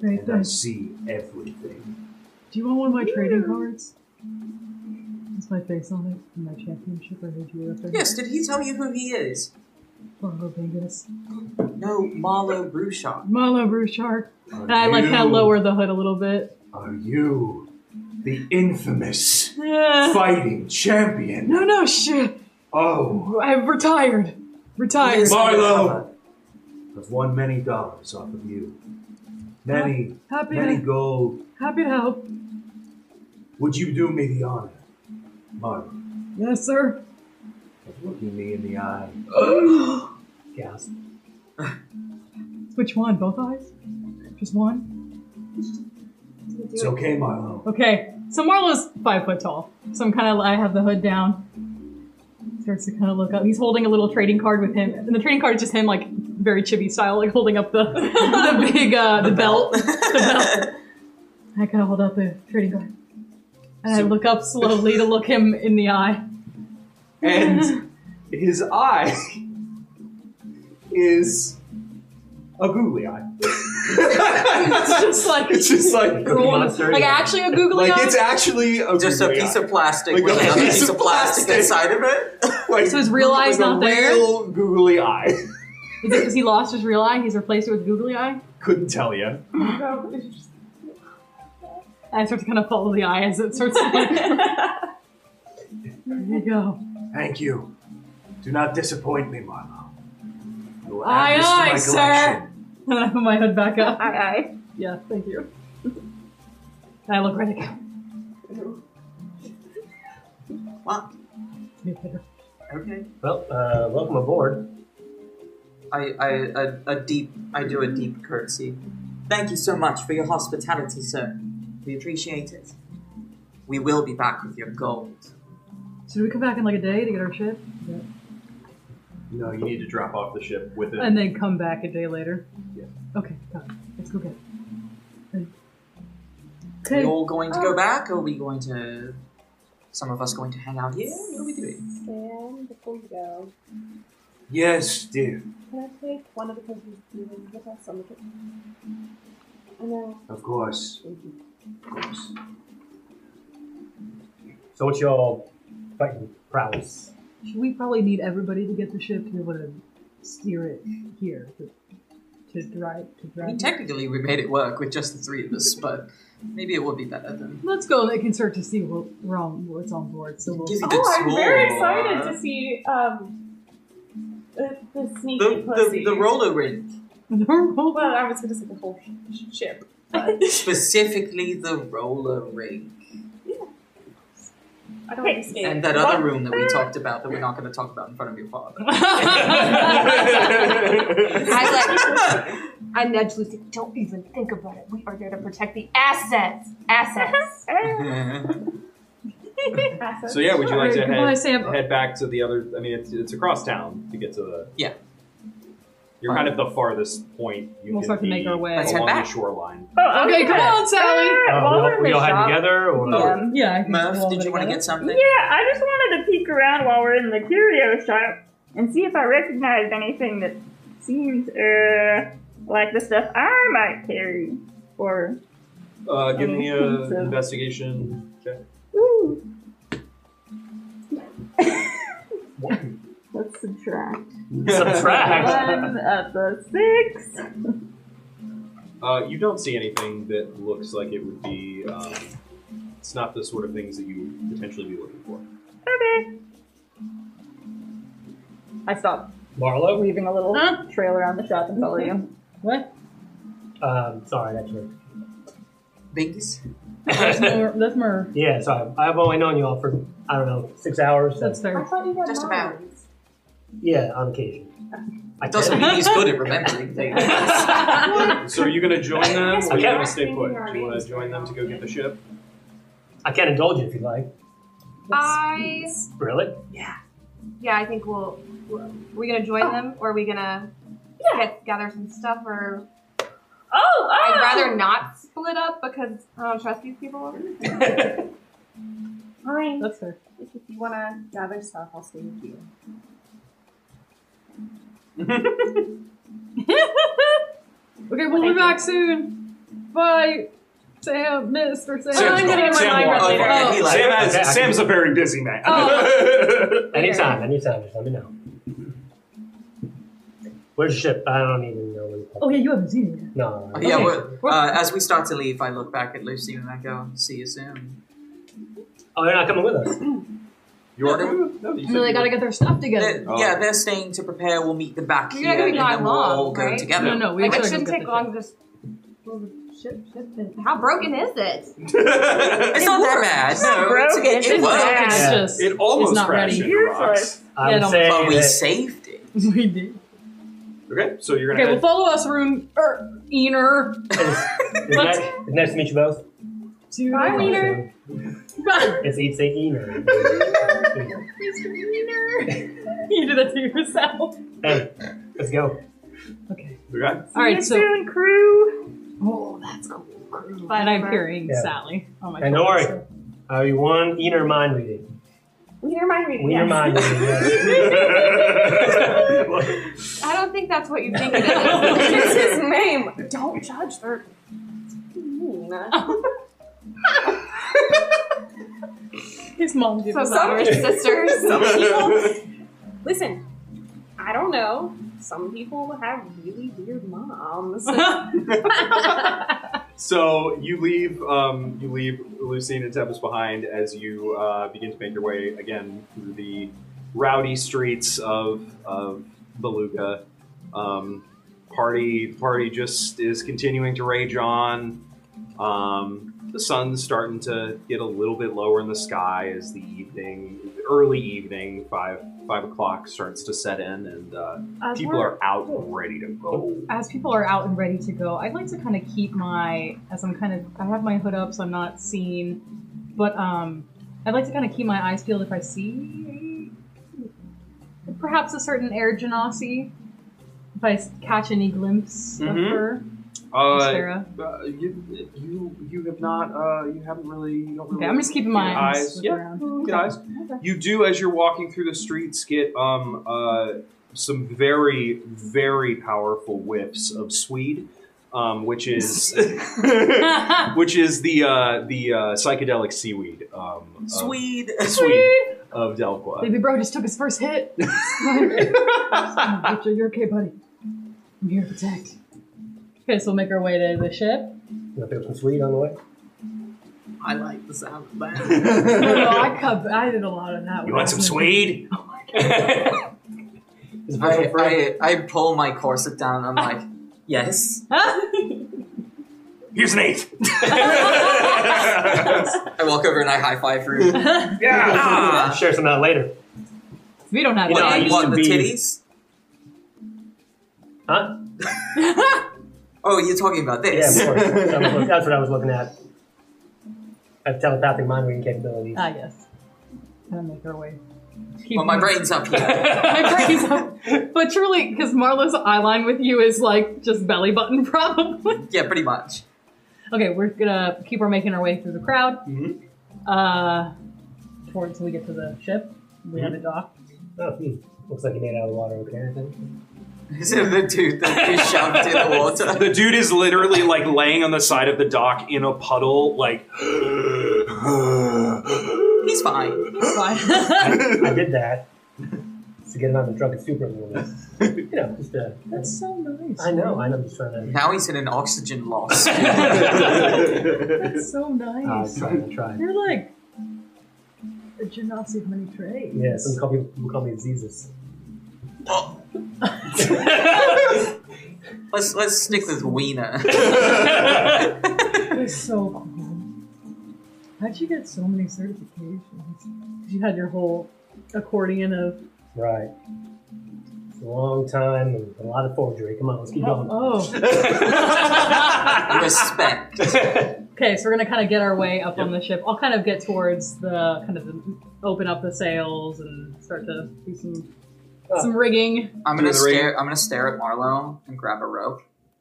Speaker 3: Great.
Speaker 6: and I
Speaker 3: Thanks.
Speaker 6: see everything.
Speaker 3: Do you want one of my trading cards? It's my face on it. and My championship. I heard you were referring
Speaker 5: Yes, did he tell you who he is?
Speaker 3: Bongo Bingus.
Speaker 5: No, Marlo Bruchard.
Speaker 3: Marlo Bruchard.
Speaker 6: Are
Speaker 3: And I like
Speaker 6: you-
Speaker 3: kind of lower the hood a little <sighs> bit.
Speaker 6: Are you the infamous
Speaker 3: Eh.
Speaker 6: fighting champion?
Speaker 3: No, no, shit.
Speaker 6: Oh,
Speaker 3: I'm retired. Retired.
Speaker 5: Yes.
Speaker 6: Marlo! I've won many dollars off of you. Many,
Speaker 3: Happy
Speaker 6: many
Speaker 3: to,
Speaker 6: gold.
Speaker 3: happy to help.
Speaker 6: Would you do me the honor, Marlo,
Speaker 3: Yes, sir.
Speaker 6: of looking me in the eye?
Speaker 4: <gasps>
Speaker 2: Gasp.
Speaker 3: Which one? Both eyes? Just one?
Speaker 6: It's okay, Marlo.
Speaker 3: Okay. So Marlo's five foot tall. So I'm kind of, I have the hood down. Starts to kind of look up. He's holding a little trading card with him. And the trading card is just him, like, very chibi style, like holding up the, <laughs> the big, uh, the, belt. the belt. I kind of hold up the trading card. And I look up slowly to look him in the eye. <laughs>
Speaker 1: And his eye is a googly eye.
Speaker 3: It's just
Speaker 1: <laughs>
Speaker 3: like,
Speaker 1: It's just like
Speaker 3: Roll on-
Speaker 2: monster,
Speaker 3: like
Speaker 2: yeah.
Speaker 3: actually a googly
Speaker 1: like
Speaker 3: eye.
Speaker 1: it's actually a
Speaker 5: <laughs> Just a
Speaker 1: googly
Speaker 5: piece
Speaker 1: eye.
Speaker 5: of plastic
Speaker 1: Like
Speaker 5: with
Speaker 1: a
Speaker 5: another
Speaker 1: piece
Speaker 5: piece
Speaker 1: of
Speaker 5: of plastic
Speaker 1: plastic.
Speaker 5: inside of it. <laughs>
Speaker 1: Like,
Speaker 3: So his real
Speaker 1: like
Speaker 3: eye's
Speaker 1: a
Speaker 3: not there?
Speaker 1: Real googly eye. <laughs>
Speaker 3: Is it because he lost his real eye? He's replaced it with googly eye?
Speaker 1: Couldn't tell you.
Speaker 3: And I start to kind of follow the eye as it starts to <laughs> like. there you go.
Speaker 6: Thank you. Do not disappoint me, Marlo. You will
Speaker 3: Aye,
Speaker 6: add this
Speaker 3: aye,
Speaker 6: to my
Speaker 3: sir.
Speaker 6: collection.
Speaker 3: <laughs> And then I put my hood back up.
Speaker 9: Aye, aye.
Speaker 3: Yeah, thank you. <laughs> And I look right at him.
Speaker 5: Well,
Speaker 3: Nuclear.
Speaker 5: okay.
Speaker 2: Well, uh, welcome aboard.
Speaker 5: I, I, a, a deep, I do a deep curtsy. Thank you so much for your hospitality, sir. We appreciate it. We will be back with your gold.
Speaker 3: Should we come back in like a day to get our ship?
Speaker 1: No, you need to drop off the ship with it.
Speaker 3: And then come back a day later?
Speaker 1: Yeah.
Speaker 3: Okay, got it. Let's go get it.
Speaker 5: Are
Speaker 3: Okay.
Speaker 5: we all going to go
Speaker 4: Oh.
Speaker 5: back? Or are we going to? Some of us going to hang out here. What are we doing?
Speaker 4: Sam, before we go,
Speaker 6: Yes, dear.
Speaker 4: can I take one of the prisoners leaving with us on the trip? I know.
Speaker 6: Of course.
Speaker 4: Thank you.
Speaker 2: So what's y'all fighting prowess?
Speaker 3: Should we probably need everybody to get the ship to be able to steer it here to, to drive to
Speaker 5: I
Speaker 3: drive?
Speaker 5: mean,
Speaker 3: it?
Speaker 5: technically, we made it work with just the three of us, but maybe it would be better than.
Speaker 3: Let's go. They can start to see what we're on, what's on board. So we'll. <laughs>
Speaker 5: Give you the
Speaker 4: Oh, I'm very
Speaker 5: tour.
Speaker 4: excited to see um, the, the sneaky
Speaker 5: The,
Speaker 4: pussy.
Speaker 5: the, the roller rink,
Speaker 4: Well, I was going to say the whole sh- sh- ship. but
Speaker 5: specifically the roller rink,
Speaker 4: I don't want to escape.
Speaker 5: and that other room that we talked about that we're not going to talk about in front of
Speaker 3: <laughs>
Speaker 5: your father.
Speaker 8: I like. I nudge Lucy. Don't even think about it. We are there to protect the assets.
Speaker 3: <laughs>
Speaker 8: Assets.
Speaker 4: Assets.
Speaker 1: so yeah, would you like to
Speaker 3: Goodbye,
Speaker 1: head,
Speaker 3: Sam.
Speaker 1: head back to the other? I mean, it's, it's across town to get to the.
Speaker 5: Yeah.
Speaker 1: You're kind of the farthest point. You
Speaker 3: We'll
Speaker 1: can
Speaker 3: start to
Speaker 1: be
Speaker 3: make our way.
Speaker 5: Let's head
Speaker 1: along
Speaker 5: back.
Speaker 1: the shoreline.
Speaker 9: Oh,
Speaker 3: Okay, come on, Sally.
Speaker 2: Uh, we all, we all heading together? Or?
Speaker 5: Yeah.
Speaker 3: Yeah. I think we'll
Speaker 5: Murph,
Speaker 3: all
Speaker 5: did
Speaker 3: go
Speaker 5: you want to
Speaker 3: together.
Speaker 5: get something?
Speaker 9: Yeah, I just wanted to peek around while we're in the curio shop and see if I recognized anything that seemed uh, like the stuff I might carry. Or
Speaker 1: Uh, give me
Speaker 9: I
Speaker 1: an
Speaker 3: Um,
Speaker 9: think so.
Speaker 1: investigation check.
Speaker 9: ooh. Let's subtract.
Speaker 2: Subtract.
Speaker 9: One of the six.
Speaker 1: Uh, you don't see anything that looks like it would be. Um, it's not the sort of things that you would potentially be looking for.
Speaker 9: Okay. I stop.
Speaker 2: Marlo?
Speaker 7: leaving a little
Speaker 3: Huh?
Speaker 7: trail around the shop and follow you.
Speaker 3: What?
Speaker 2: Um, sorry, that's right.
Speaker 5: Biggs?
Speaker 3: That's more. That's more.
Speaker 2: <laughs> yeah, so I've, I've only known you all for, I don't know, six hours. so-
Speaker 3: That's <laughs> fair.
Speaker 4: thought you were
Speaker 5: Just about.
Speaker 2: yeah, on occasion. I
Speaker 5: It doesn't mean he's good at
Speaker 3: <laughs>
Speaker 5: remembering things.
Speaker 1: So are you going to join them, or are you
Speaker 2: Okay.
Speaker 1: going to stay put? Do you want to join them to go get the ship?
Speaker 2: I can indulge you if you like.
Speaker 8: I
Speaker 2: Really?
Speaker 8: yeah, I think we'll. Are we gonna
Speaker 3: Oh.
Speaker 8: join them, or are we gonna get, gather some stuff? Or
Speaker 9: Oh, oh!
Speaker 8: I'd rather not split up because I don't trust these people.
Speaker 4: Fine.
Speaker 3: That's fair. <laughs>
Speaker 4: If you want to gather stuff, I'll stay with you.
Speaker 3: Okay, we'll be back soon. Bye, Sam, Mister Sam.
Speaker 1: Sam's
Speaker 3: I'm getting
Speaker 1: gone.
Speaker 3: my
Speaker 1: Sam
Speaker 3: mind
Speaker 1: walked.
Speaker 3: later.
Speaker 5: Okay,
Speaker 3: Oh,
Speaker 5: he like-
Speaker 1: Sam has,
Speaker 2: Okay, I can-
Speaker 1: Sam's a very busy man.
Speaker 3: Oh.
Speaker 2: Anytime, anytime, just let me know. Where's your ship? I don't even know. where it's-
Speaker 3: oh yeah, you haven't seen it. yet.
Speaker 2: No.
Speaker 5: Oh, yeah,
Speaker 3: Okay.
Speaker 5: we're, uh, as we start to leave, I look back at Lucy and I go, "See you soon."
Speaker 2: Oh, they're not coming with us.
Speaker 1: you are going. No, you said
Speaker 3: No, they
Speaker 1: you
Speaker 3: gotta
Speaker 1: were-
Speaker 3: get their stuff together.
Speaker 5: They're-
Speaker 1: Oh.
Speaker 5: Yeah, they're staying to prepare. We'll meet them back
Speaker 8: You're
Speaker 5: here,
Speaker 8: not gonna
Speaker 5: and
Speaker 8: be
Speaker 5: then
Speaker 8: gone
Speaker 5: we'll
Speaker 8: long,
Speaker 5: all go
Speaker 8: right?
Speaker 5: together.
Speaker 3: No, no, we
Speaker 8: Like,
Speaker 3: gotta
Speaker 8: it
Speaker 3: go
Speaker 8: shouldn't
Speaker 3: get
Speaker 8: take
Speaker 3: the
Speaker 8: long.
Speaker 3: ship.
Speaker 8: to Just well, the ship, ship, and how broken is it?
Speaker 1: <laughs>
Speaker 5: It's not that bad.
Speaker 9: It's not
Speaker 5: no,
Speaker 9: broken,
Speaker 5: it's, it, it
Speaker 9: it's
Speaker 5: was.
Speaker 9: bad.
Speaker 3: It's
Speaker 2: Yeah.
Speaker 3: just
Speaker 1: It almost
Speaker 3: it's not
Speaker 1: crashed
Speaker 3: ready.
Speaker 1: into rocks.
Speaker 2: I
Speaker 3: Yeah,
Speaker 2: would
Speaker 3: don't-
Speaker 2: say
Speaker 5: But we
Speaker 2: that-
Speaker 5: saved it.
Speaker 3: <laughs> we did.
Speaker 1: Okay, so you're going
Speaker 3: Okay,
Speaker 1: to.
Speaker 3: well, follow us, room er, Ener.
Speaker 2: it's nice, it's nice to meet you both.
Speaker 3: To
Speaker 4: Bye, Wiener.
Speaker 3: Bye,
Speaker 2: It's it's a Ener.
Speaker 3: Mister Wiener. you did that <laughs> to yourself.
Speaker 2: hey, let's go.
Speaker 3: Okay.
Speaker 1: Okay.
Speaker 3: All right.
Speaker 9: you
Speaker 3: So.
Speaker 9: soon, crew.
Speaker 3: Oh, that's cool. Crew.
Speaker 8: Bye,
Speaker 3: And I'm
Speaker 8: Barbara.
Speaker 3: carrying
Speaker 2: Yeah.
Speaker 3: Sally. Oh my
Speaker 2: And
Speaker 3: God,
Speaker 2: don't worry.
Speaker 3: so-
Speaker 2: Are you one Ener mind reading?
Speaker 4: We hear my reading.
Speaker 2: Wiener
Speaker 4: yes.
Speaker 2: mind reading.
Speaker 1: <laughs>
Speaker 2: yes.
Speaker 3: <laughs>
Speaker 8: I don't think that's what you think <laughs> it
Speaker 4: It's
Speaker 8: is.
Speaker 4: his name. Don't judge their. Mean. <laughs>
Speaker 3: His mom gives
Speaker 8: so
Speaker 3: us
Speaker 8: some
Speaker 3: ours.
Speaker 8: sisters.
Speaker 4: Listen, I don't know. Some people have really weird moms.
Speaker 1: So you leave, um, you leave Lucine and Tempest behind as you uh, begin to make your way again through the rowdy streets of of Beluga. Um, party party just is continuing to rage on. Um, the sun's starting to get a little bit lower in the sky as the evening, early evening, five five o'clock starts to set in, and uh,
Speaker 3: As
Speaker 1: people
Speaker 3: we're-
Speaker 1: are out and ready to go.
Speaker 3: as people are out and ready to go, I'd like to kind of keep my as I'm kind of I have my hood up so I'm not seen, but um, I'd like to kind of keep my eyes peeled if I see perhaps a certain air genasi. If I s- catch any glimpse of
Speaker 1: Mhm.
Speaker 3: her,
Speaker 1: Uh,
Speaker 3: Sarah.
Speaker 1: Uh, you, you you have not uh, you haven't really you don't really
Speaker 3: Okay, I'm just keeping my
Speaker 1: your
Speaker 3: eyes,
Speaker 1: eyes-
Speaker 3: look
Speaker 1: yeah.
Speaker 3: around. <laughs>
Speaker 1: Look at eyes. You do as you're walking through the streets get um uh some very very powerful whiffs of Swede, um, which
Speaker 3: <laughs>
Speaker 1: is which is the uh, the uh, psychedelic seaweed um, of-
Speaker 5: Swede.
Speaker 1: Swede of
Speaker 3: <laughs>
Speaker 1: Delqua.
Speaker 3: Baby bro just took his first hit. Victor, you're okay, buddy. I'm here to protect. Okay, so we'll make our way to the ship. <laughs>
Speaker 2: You want to pick up some sweet on the way?
Speaker 5: I like the sound of that.
Speaker 3: No, no, Oh, I cut. I did a lot of that.
Speaker 6: <laughs> You want
Speaker 1: <laughs>
Speaker 6: some Swede?
Speaker 2: Is the first one
Speaker 5: <laughs> I,
Speaker 2: for
Speaker 5: I, I pull my corset down and I'm like, yes.
Speaker 3: <laughs>
Speaker 6: Here's an
Speaker 1: <laughs>
Speaker 6: eighth.
Speaker 5: I walk over and I high five
Speaker 2: <laughs>
Speaker 5: for you.
Speaker 2: Yeah.
Speaker 5: Ah.
Speaker 2: Share some out later.
Speaker 3: we don't have
Speaker 2: You know,
Speaker 3: that.
Speaker 2: I used
Speaker 5: what,
Speaker 2: to
Speaker 5: the
Speaker 2: be-
Speaker 5: titties?
Speaker 2: Huh?
Speaker 5: Oh, you're talking about
Speaker 2: Yeah,
Speaker 5: this.
Speaker 2: of
Speaker 5: <laughs>
Speaker 2: course. That was what- That's what I was looking at. I have telepathic mind reading capabilities.
Speaker 3: Ah, yes. Kind of make our way. Keep
Speaker 5: well, my brain's up here.
Speaker 3: <laughs> my brain's up. But truly, because Marlo's eye line with you is like just belly button, <laughs> probably.
Speaker 5: yeah, pretty much. <laughs>
Speaker 3: Okay, we're gonna keep our making our way through the crowd.
Speaker 1: Mhm.
Speaker 2: Mm-hmm.
Speaker 3: Uh, towards we get to the ship. We have it docked.
Speaker 2: Oh, hmm. Looks like you made it out of the water okay, I think.
Speaker 5: So the dude that
Speaker 1: <laughs>
Speaker 5: you shoved in the water.
Speaker 1: The dude is literally like laying on the side of the dock in a puddle, like. <laughs>
Speaker 5: He's fine.
Speaker 3: Fine. <laughs>
Speaker 2: I did that <laughs> to get him out of the drunken stupor a <laughs> little bit. You know, just uh,
Speaker 3: That's so nice.
Speaker 2: I know, I know, I'm just trying to.
Speaker 5: Now he's in an
Speaker 2: <laughs>
Speaker 5: oxygen loss.
Speaker 3: That's so
Speaker 2: Uh,
Speaker 3: nice.
Speaker 2: trying, I'm trying.
Speaker 3: You're like a genasi of many trades.
Speaker 2: Yeah, some call me, people call me Jesus.
Speaker 5: Oh, Let's let's stick with
Speaker 2: <laughs>
Speaker 5: Wiener.
Speaker 3: That is so cool. How'd you get so many certifications? 'Cause You had your whole accordion of
Speaker 2: Right. It's a long time and a lot of forgery. Come on, let's keep going.
Speaker 3: oh.
Speaker 5: Respect.
Speaker 3: Okay, so we're gonna kind of get our way up on the ship. I'll kind of get towards the kind of the, open up the sails and start to do some some rigging.
Speaker 5: I'm gonna
Speaker 1: Through the ring.
Speaker 5: stare. I'm gonna stare at Marlowe and grab a rope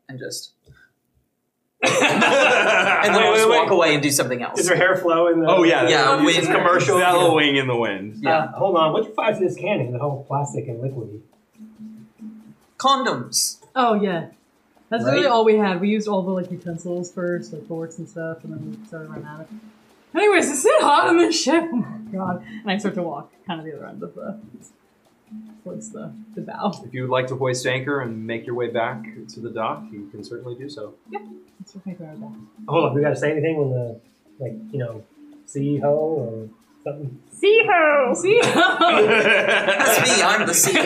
Speaker 5: and just and then
Speaker 1: Wait,
Speaker 5: I'll just
Speaker 1: wait, wait.
Speaker 5: walk away and do something else.
Speaker 2: Is her hair flow in the?
Speaker 1: Oh yeah,
Speaker 5: Yeah,
Speaker 1: that's-
Speaker 5: wind.
Speaker 1: it's commercial bellowing in the wind.
Speaker 5: Yeah.
Speaker 2: Uh, hold on. What'd you find in this canning? The whole plastic and liquidy.
Speaker 5: Condoms.
Speaker 3: Oh yeah, that's really
Speaker 2: Right.
Speaker 3: all we had. We used all the like utensils first, like forks and stuff, and then we started running out of. Anyways, it's it hot on this ship. Oh my god! And I start to walk kind of the other end of the towards the the bow.
Speaker 1: If you would like to hoist anchor and make your way back to the dock, you can certainly do
Speaker 5: <laughs>
Speaker 1: so.
Speaker 3: Let's go make our bow.
Speaker 2: Hold on. We gotta say anything when the, like you know, sea ho or something.
Speaker 9: See ho!
Speaker 3: See? <laughs>
Speaker 5: That's
Speaker 1: <laughs>
Speaker 5: me. I'm <laughs> the CEO.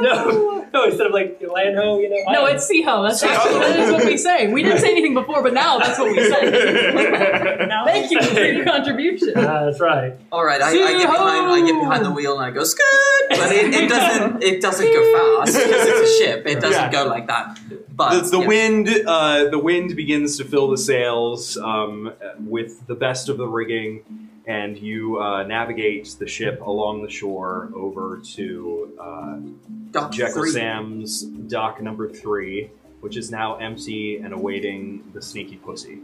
Speaker 2: No, <laughs> no. Instead of like land ho, you know.
Speaker 3: No, it's Siho. That's actually that is what we say. We didn't say anything before, but now that's what we <laughs> say.
Speaker 1: <laughs>
Speaker 3: Thank you
Speaker 2: <laughs>
Speaker 3: for your contribution.
Speaker 2: Ah, that's right.
Speaker 5: All right, I, I get behind. I get behind the wheel and I go scoot, but it, it doesn't. It doesn't go fast because
Speaker 1: <laughs>
Speaker 5: it's a ship. It doesn't go like that. But
Speaker 1: The, the
Speaker 5: yeah.
Speaker 1: wind, uh, the wind begins to fill the sails um, with the best of the rigging, and you uh, navigate the ship along the shore over to uh,
Speaker 5: Dock
Speaker 1: Jekyll
Speaker 5: three.
Speaker 1: Sam's dock number three, which is now empty and awaiting the sneaky pussy.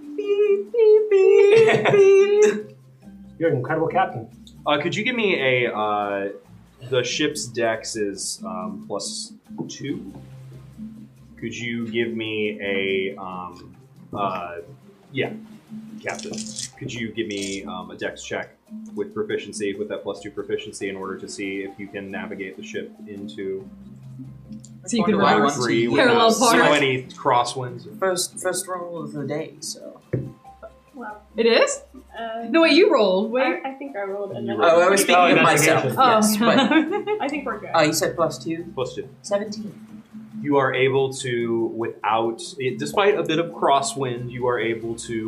Speaker 2: You're an incredible captain.
Speaker 1: Uh, could you give me a uh, the ship's dex is um, plus two? Could you give me a um, uh, yeah, captain? Could you give me um, a dex check with proficiency with that plus two proficiency in order to see if you can navigate the ship into
Speaker 3: So you can
Speaker 5: Do I
Speaker 3: run
Speaker 5: want
Speaker 1: three
Speaker 5: to-
Speaker 1: without
Speaker 3: Parallel
Speaker 1: so
Speaker 3: parts.
Speaker 1: any crosswinds?
Speaker 5: First, first roll of the day. So.
Speaker 4: Well,
Speaker 3: It is?
Speaker 4: uh,
Speaker 3: No, wait, you rolled. Wait.
Speaker 4: I, I think I rolled
Speaker 1: You
Speaker 4: another.
Speaker 5: Oh, I was
Speaker 2: Oh,
Speaker 5: thinking of myself.
Speaker 2: investigation.
Speaker 3: Oh. <laughs>
Speaker 5: Yes, but
Speaker 4: I think we're good.
Speaker 5: uh, you said plus two.
Speaker 1: Plus two.
Speaker 5: Seventeen.
Speaker 1: you are able to without it, despite a bit of crosswind you are able to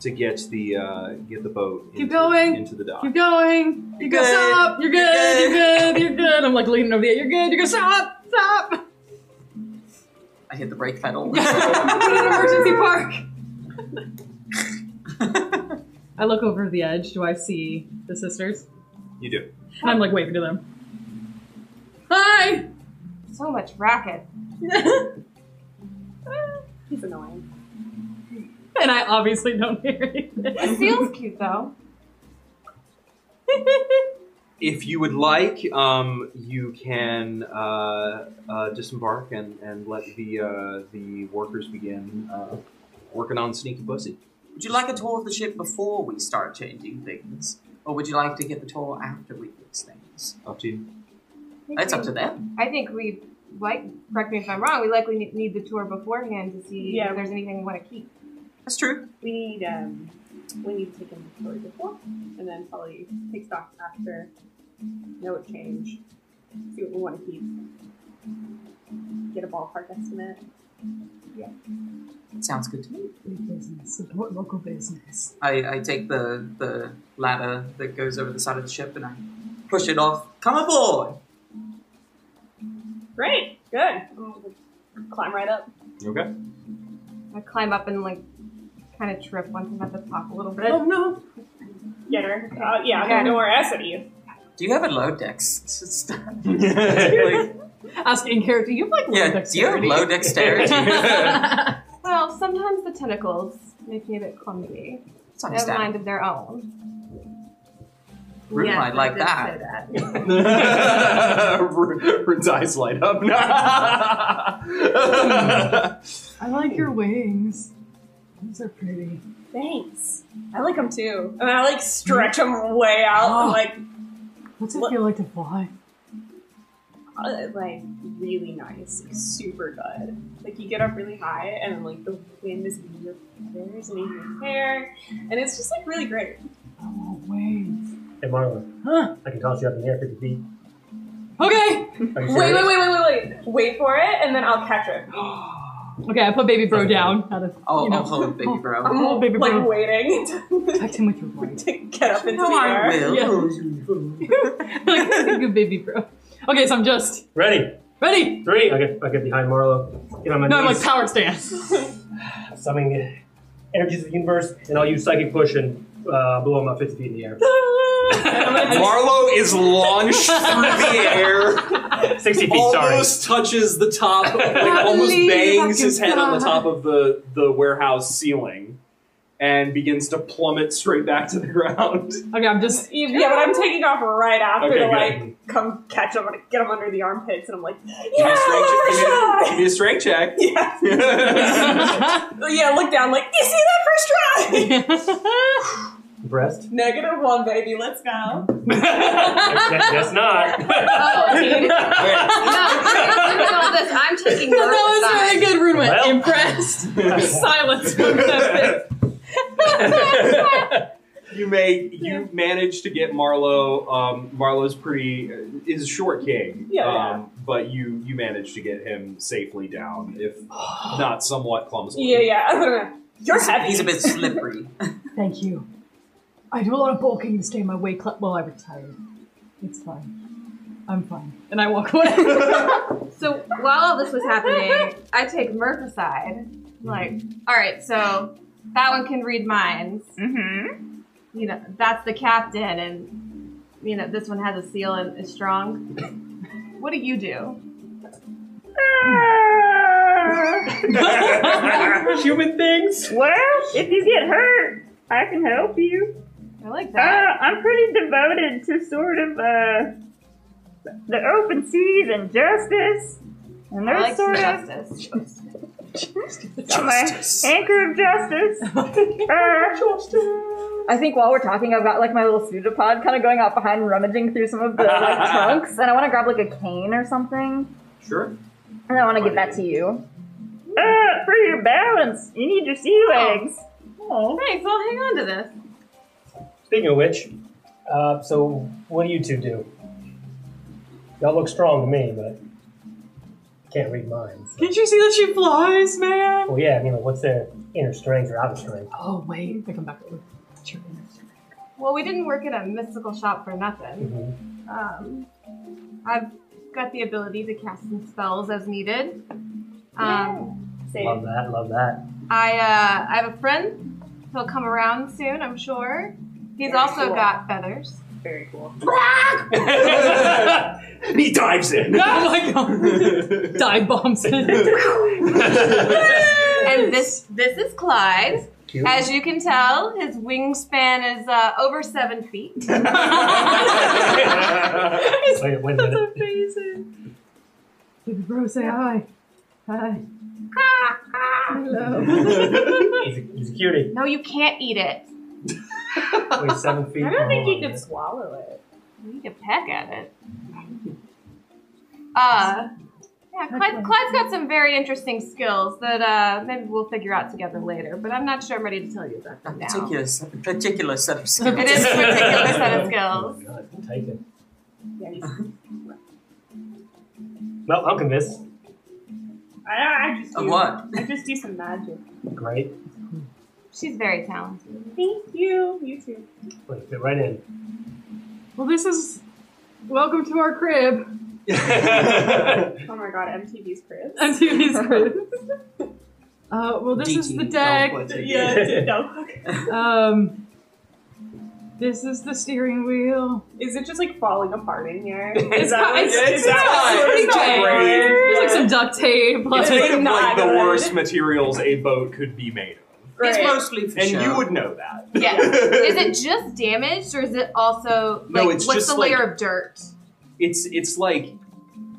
Speaker 1: to get the uh, get the boat
Speaker 3: Keep
Speaker 1: into,
Speaker 3: going.
Speaker 1: into the dock
Speaker 3: You're going. You're,
Speaker 5: You're
Speaker 3: gonna
Speaker 5: good.
Speaker 3: stop. You're
Speaker 5: You're
Speaker 3: good. You're good. You're good. I'm like leaning over the edge. You're good. You're gonna stop. <laughs> Stop.
Speaker 5: I hit the brake
Speaker 1: <laughs>
Speaker 5: pedal. <laughs>
Speaker 3: I'm in an emergency park. I look over the edge. Do I see the sisters?
Speaker 1: you do
Speaker 3: And I'm like waving to them. Hi.
Speaker 8: <laughs> So much racket.
Speaker 3: and
Speaker 4: <laughs> He's annoying.
Speaker 3: I obviously don't hear anything.
Speaker 8: It feels cute though.
Speaker 1: if you would like um, you can uh, uh, disembark and, and let the uh, the workers begin uh, working on sneaky pussy
Speaker 5: Would you like a tour of the ship before we start changing things? Or would you like to get the tour after we fix things?
Speaker 1: up to you
Speaker 5: That's up to them.
Speaker 8: I think we like. Correct me if I'm wrong. We likely ne- need the tour beforehand to see
Speaker 4: Yeah.
Speaker 8: if there's anything we want to keep.
Speaker 5: That's true.
Speaker 4: We need um, we need to take inventory before, and then probably take stock after. Note change. See what we want to keep. Get a ballpark estimate.
Speaker 5: Sounds good to me.
Speaker 3: business. Support local business.
Speaker 5: I, I take the, the ladder that goes over the side of the ship and I push it off. Come aboard!
Speaker 4: Great. Good. I'm gonna Climb right up.
Speaker 1: okay
Speaker 8: I uh, climb up and like kind of trip once I'm at the top a little bit.
Speaker 3: Oh no.
Speaker 4: Get her. Uh, yeah, I'm
Speaker 8: Yeah.
Speaker 4: gonna wear S at you.
Speaker 5: Do you have a low dex? It's just-
Speaker 1: <laughs> Like,
Speaker 3: Ask in character. You have like low
Speaker 5: yeah, do you have
Speaker 3: dexterity. <laughs>
Speaker 5: low dexterity?
Speaker 8: Well, sometimes the tentacles make me a bit clumsy.
Speaker 5: It's
Speaker 8: They have a mind
Speaker 5: understandable.
Speaker 8: of their own.
Speaker 5: Room
Speaker 4: Yeah,
Speaker 5: might like
Speaker 4: I did
Speaker 5: that.
Speaker 4: say
Speaker 8: <laughs>
Speaker 4: that.
Speaker 1: Rune's eyes light up <laughs>
Speaker 3: I like your wings. These are pretty.
Speaker 4: Thanks. I like them too. And I like stretch them way out,
Speaker 3: Oh.
Speaker 4: and, like
Speaker 3: What's it
Speaker 4: What-
Speaker 3: feel like to fly?
Speaker 4: uh, like really nice, like, super good. Like you get up really high, and like the wind is in your feathers and in your hair, and it's just like really great.
Speaker 3: I want wings.
Speaker 2: Hey Marlon,
Speaker 3: Huh?
Speaker 2: I can toss you up in the air 50 feet.
Speaker 3: Okay.
Speaker 2: Are you
Speaker 10: Wait,
Speaker 2: serious?
Speaker 10: wait, wait, wait, wait, wait. Wait for it, and then I'll catch it.
Speaker 3: Okay, I put baby bro down. Out of,
Speaker 5: I'll,
Speaker 3: you know,
Speaker 5: I'll Oh, hold baby bro.
Speaker 3: I'm a little baby
Speaker 10: like
Speaker 3: bro.
Speaker 10: waiting
Speaker 3: <laughs>
Speaker 10: <laughs>
Speaker 3: Protect him with your right.
Speaker 10: to get up into
Speaker 5: no,
Speaker 10: the
Speaker 5: I
Speaker 10: air.
Speaker 5: will.
Speaker 3: <laughs> like, <laughs> you baby bro. Okay, so I'm just
Speaker 2: Ready?
Speaker 3: ready.
Speaker 2: Three. I get, I get behind Marlowe. Get on my
Speaker 3: No, I'm like
Speaker 2: knees.
Speaker 3: power stance.
Speaker 2: summoning the energies of the universe, and I'll use psychic push and uh, blow him up 50 feet in the air.
Speaker 1: Marlowe is launched through the air,
Speaker 2: 60 feet, sorry.
Speaker 1: almost touches the top, like, almost
Speaker 3: believe I
Speaker 1: bangs
Speaker 3: can
Speaker 1: his head on the
Speaker 3: fly.
Speaker 1: top of the, the warehouse ceiling, and begins to plummet straight back to the ground.
Speaker 3: Okay, I'm <laughs> just
Speaker 10: Yeah, but I'm taking off right after
Speaker 1: Okay,
Speaker 10: to
Speaker 1: good.
Speaker 10: like come catch him and get him under the armpits, and I'm like,
Speaker 1: Give me
Speaker 10: yeah,
Speaker 1: a strength
Speaker 10: first
Speaker 1: check. Give me-
Speaker 10: try.
Speaker 1: <laughs> give me a strength check.
Speaker 10: Yeah, yeah. Look down, like you see that first try. <laughs>
Speaker 2: Breast?
Speaker 10: Negative one, baby. Let's go.
Speaker 2: That- that- that's not.
Speaker 1: <laughs>
Speaker 8: <laughs> this. I'm
Speaker 4: <laughs>
Speaker 8: taking
Speaker 3: that was really good, Rune went
Speaker 2: Well.
Speaker 3: Impressed. Silence from <laughs>
Speaker 1: <laughs>
Speaker 3: that
Speaker 1: you may you manage to get Marlowe. Um, Marlowe's pretty uh, is a short king.
Speaker 10: Yeah,
Speaker 1: um,
Speaker 10: yeah.
Speaker 1: But you you manage to get him safely down, if not somewhat clumsily.
Speaker 10: Yeah, yeah. <laughs> You're heavy.
Speaker 5: He's a bit slippery.
Speaker 3: Thank you. I do a lot of bulking to stay in my weight class. Well, I retired. It's fine. I'm fine. And I walk <laughs> away.
Speaker 8: <laughs> So while all this was happening, I take Murph aside. Like, all right, so that one can read minds.
Speaker 4: Mm-hmm.
Speaker 8: You know, that's the captain, and you know this one has a seal and is strong. What do you do?
Speaker 2: Human things?
Speaker 4: Ah. well, if you get hurt, I can help you.
Speaker 8: I like
Speaker 4: Uh,
Speaker 8: that.
Speaker 4: I'm pretty devoted to sort of uh, the open seas and justice, and
Speaker 8: I
Speaker 4: those
Speaker 8: like some
Speaker 4: sort of
Speaker 8: justice.
Speaker 4: I'm a anchor of justice.
Speaker 10: <laughs>
Speaker 4: uh,
Speaker 11: I think while we're talking, I've got like my little pseudopod kind of going out behind and rummaging through some of the
Speaker 10: <laughs>
Speaker 11: like, trunks, and I want to grab like a cane or something,
Speaker 1: Sure.
Speaker 11: and I want to give that to you.
Speaker 4: uh, for your balance, you need your sea
Speaker 10: Oh.
Speaker 4: legs.
Speaker 8: Thanks. I'll hang on to this.
Speaker 2: Speaking of which, uh, so what do you two do? Y'all look strong to me, but can't read minds.
Speaker 3: Can't you see that she flies, man?
Speaker 2: Well, yeah, I mean, like, what's their inner strength or outer strength?
Speaker 3: Oh wait, I come back over. Sure.
Speaker 8: Well, we didn't work at a mystical shop for nothing.
Speaker 2: Mhm.
Speaker 8: Um, I've got the ability to cast some spells as needed. Um,
Speaker 2: Love that, love that.
Speaker 8: I uh, I have a friend. He'll come around soon, I'm sure. He's also got feathers.
Speaker 10: Very cool.
Speaker 1: And he dives
Speaker 3: <laughs>
Speaker 1: in.
Speaker 3: Oh my god! Dive <laughs> bombs it.
Speaker 8: And this this is Clyde.
Speaker 2: Cute.
Speaker 8: As you can tell, his wingspan is uh, over seven feet.
Speaker 2: Wait, wait a
Speaker 10: <laughs>
Speaker 2: minute.
Speaker 3: amazing. Baby bro, say hi. Hi. Hello.
Speaker 2: He's a, he's a cutie.
Speaker 8: No, you can't eat it.
Speaker 2: Wait, seven feet.
Speaker 10: <laughs> I don't think
Speaker 2: Hold on.
Speaker 10: you could swallow it.
Speaker 8: You need to peck at it. Uh, yeah, Clyde, Clyde's got some very interesting skills that uh, maybe we'll figure out together later, but I'm not sure I'm ready to tell you about
Speaker 5: A
Speaker 8: them now.
Speaker 5: particular, a particular set of skills.
Speaker 8: It is a particular set
Speaker 2: <laughs> Oh
Speaker 8: of skills.
Speaker 2: my god, I'm taken.
Speaker 10: Yeah, he's-
Speaker 2: Well, I'm convinced.
Speaker 10: I, I just
Speaker 5: Of
Speaker 10: do-
Speaker 5: what?
Speaker 10: I just do some magic.
Speaker 2: Great.
Speaker 8: She's very talented.
Speaker 10: Thank you. You too.
Speaker 2: Wait, fit right <laughs> in.
Speaker 3: Well, this is welcome to our crib. <laughs>
Speaker 10: Oh my god, MTV's Chris.
Speaker 3: MTV's crib. Uh, well, this is
Speaker 5: DT,
Speaker 3: the deck.
Speaker 5: don't put it.
Speaker 10: yeah, it's- <laughs> no.
Speaker 3: Um, this is the steering wheel.
Speaker 10: Is it just like falling apart in here?
Speaker 3: <laughs> It's
Speaker 10: Is that
Speaker 3: not-
Speaker 10: what-
Speaker 3: it's-
Speaker 10: is that
Speaker 3: not-
Speaker 10: what
Speaker 3: it's
Speaker 10: sort of
Speaker 3: not
Speaker 10: going
Speaker 1: great.
Speaker 10: on?
Speaker 3: There's like some duct
Speaker 1: It's
Speaker 3: tape. Like,
Speaker 1: made of like
Speaker 10: not
Speaker 1: the
Speaker 10: good.
Speaker 1: worst materials a boat could be made of,
Speaker 5: It's
Speaker 10: Great.
Speaker 5: mostly for
Speaker 1: and
Speaker 5: show.
Speaker 1: you would know that.
Speaker 8: Yeah. Is it just damaged, or is it also like
Speaker 1: No, it's
Speaker 8: what's
Speaker 1: just
Speaker 8: the
Speaker 1: like-
Speaker 8: layer of dirt?
Speaker 1: <laughs> It's it's like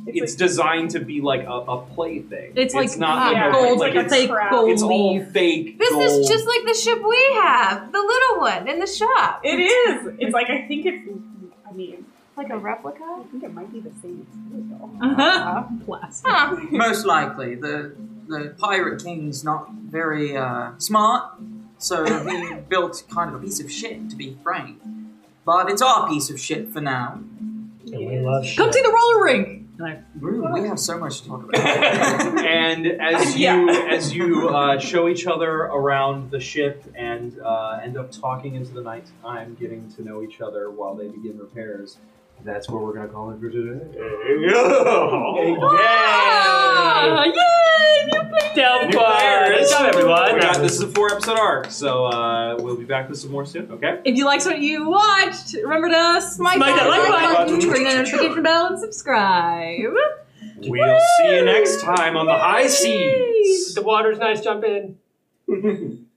Speaker 1: it's,
Speaker 10: It's
Speaker 1: designed to be like a, a plaything.
Speaker 3: it's like
Speaker 1: not like a-
Speaker 10: yeah, it's
Speaker 3: gold,
Speaker 10: like
Speaker 3: like
Speaker 10: a
Speaker 3: a fake
Speaker 10: trap.
Speaker 3: gold
Speaker 1: It's all
Speaker 3: leaf.
Speaker 1: fake.
Speaker 8: This
Speaker 1: gold.
Speaker 8: is just like the ship we have, the little one in the shop.
Speaker 10: It is. It's like I think it's. I mean,
Speaker 8: like a replica.
Speaker 10: I think it might be the same. as though.
Speaker 3: Uh-huh. Plastic.
Speaker 8: Huh.
Speaker 5: Most likely, the the pirate king's not very uh, smart, so
Speaker 3: <laughs>
Speaker 5: he built kind of a piece of shit, to be frank. But it's our piece of shit for now.
Speaker 2: And we love shit.
Speaker 3: Come see the roller rink.
Speaker 5: Ooh, we have so much to
Speaker 3: <laughs>
Speaker 5: talk about.
Speaker 1: <laughs>
Speaker 5: <laughs>
Speaker 1: and as you as you uh, show each other around the ship and uh, end up talking into the night time, getting to know each other while they begin repairs. That's what we're gonna call it for today.
Speaker 3: Ah, yay! New players!
Speaker 1: New players.
Speaker 2: Good job, everyone.
Speaker 1: We got- this is a four episode arc, so uh, we'll be back with some more soon. Okay.
Speaker 3: If you liked what you watched, remember to smite,
Speaker 2: Smite
Speaker 3: that
Speaker 2: that
Speaker 3: like
Speaker 2: like
Speaker 3: button,
Speaker 1: button.
Speaker 3: ring the notification bell, and subscribe.
Speaker 1: We'll see you next time on the high seas.
Speaker 2: The water's nice. Jump in.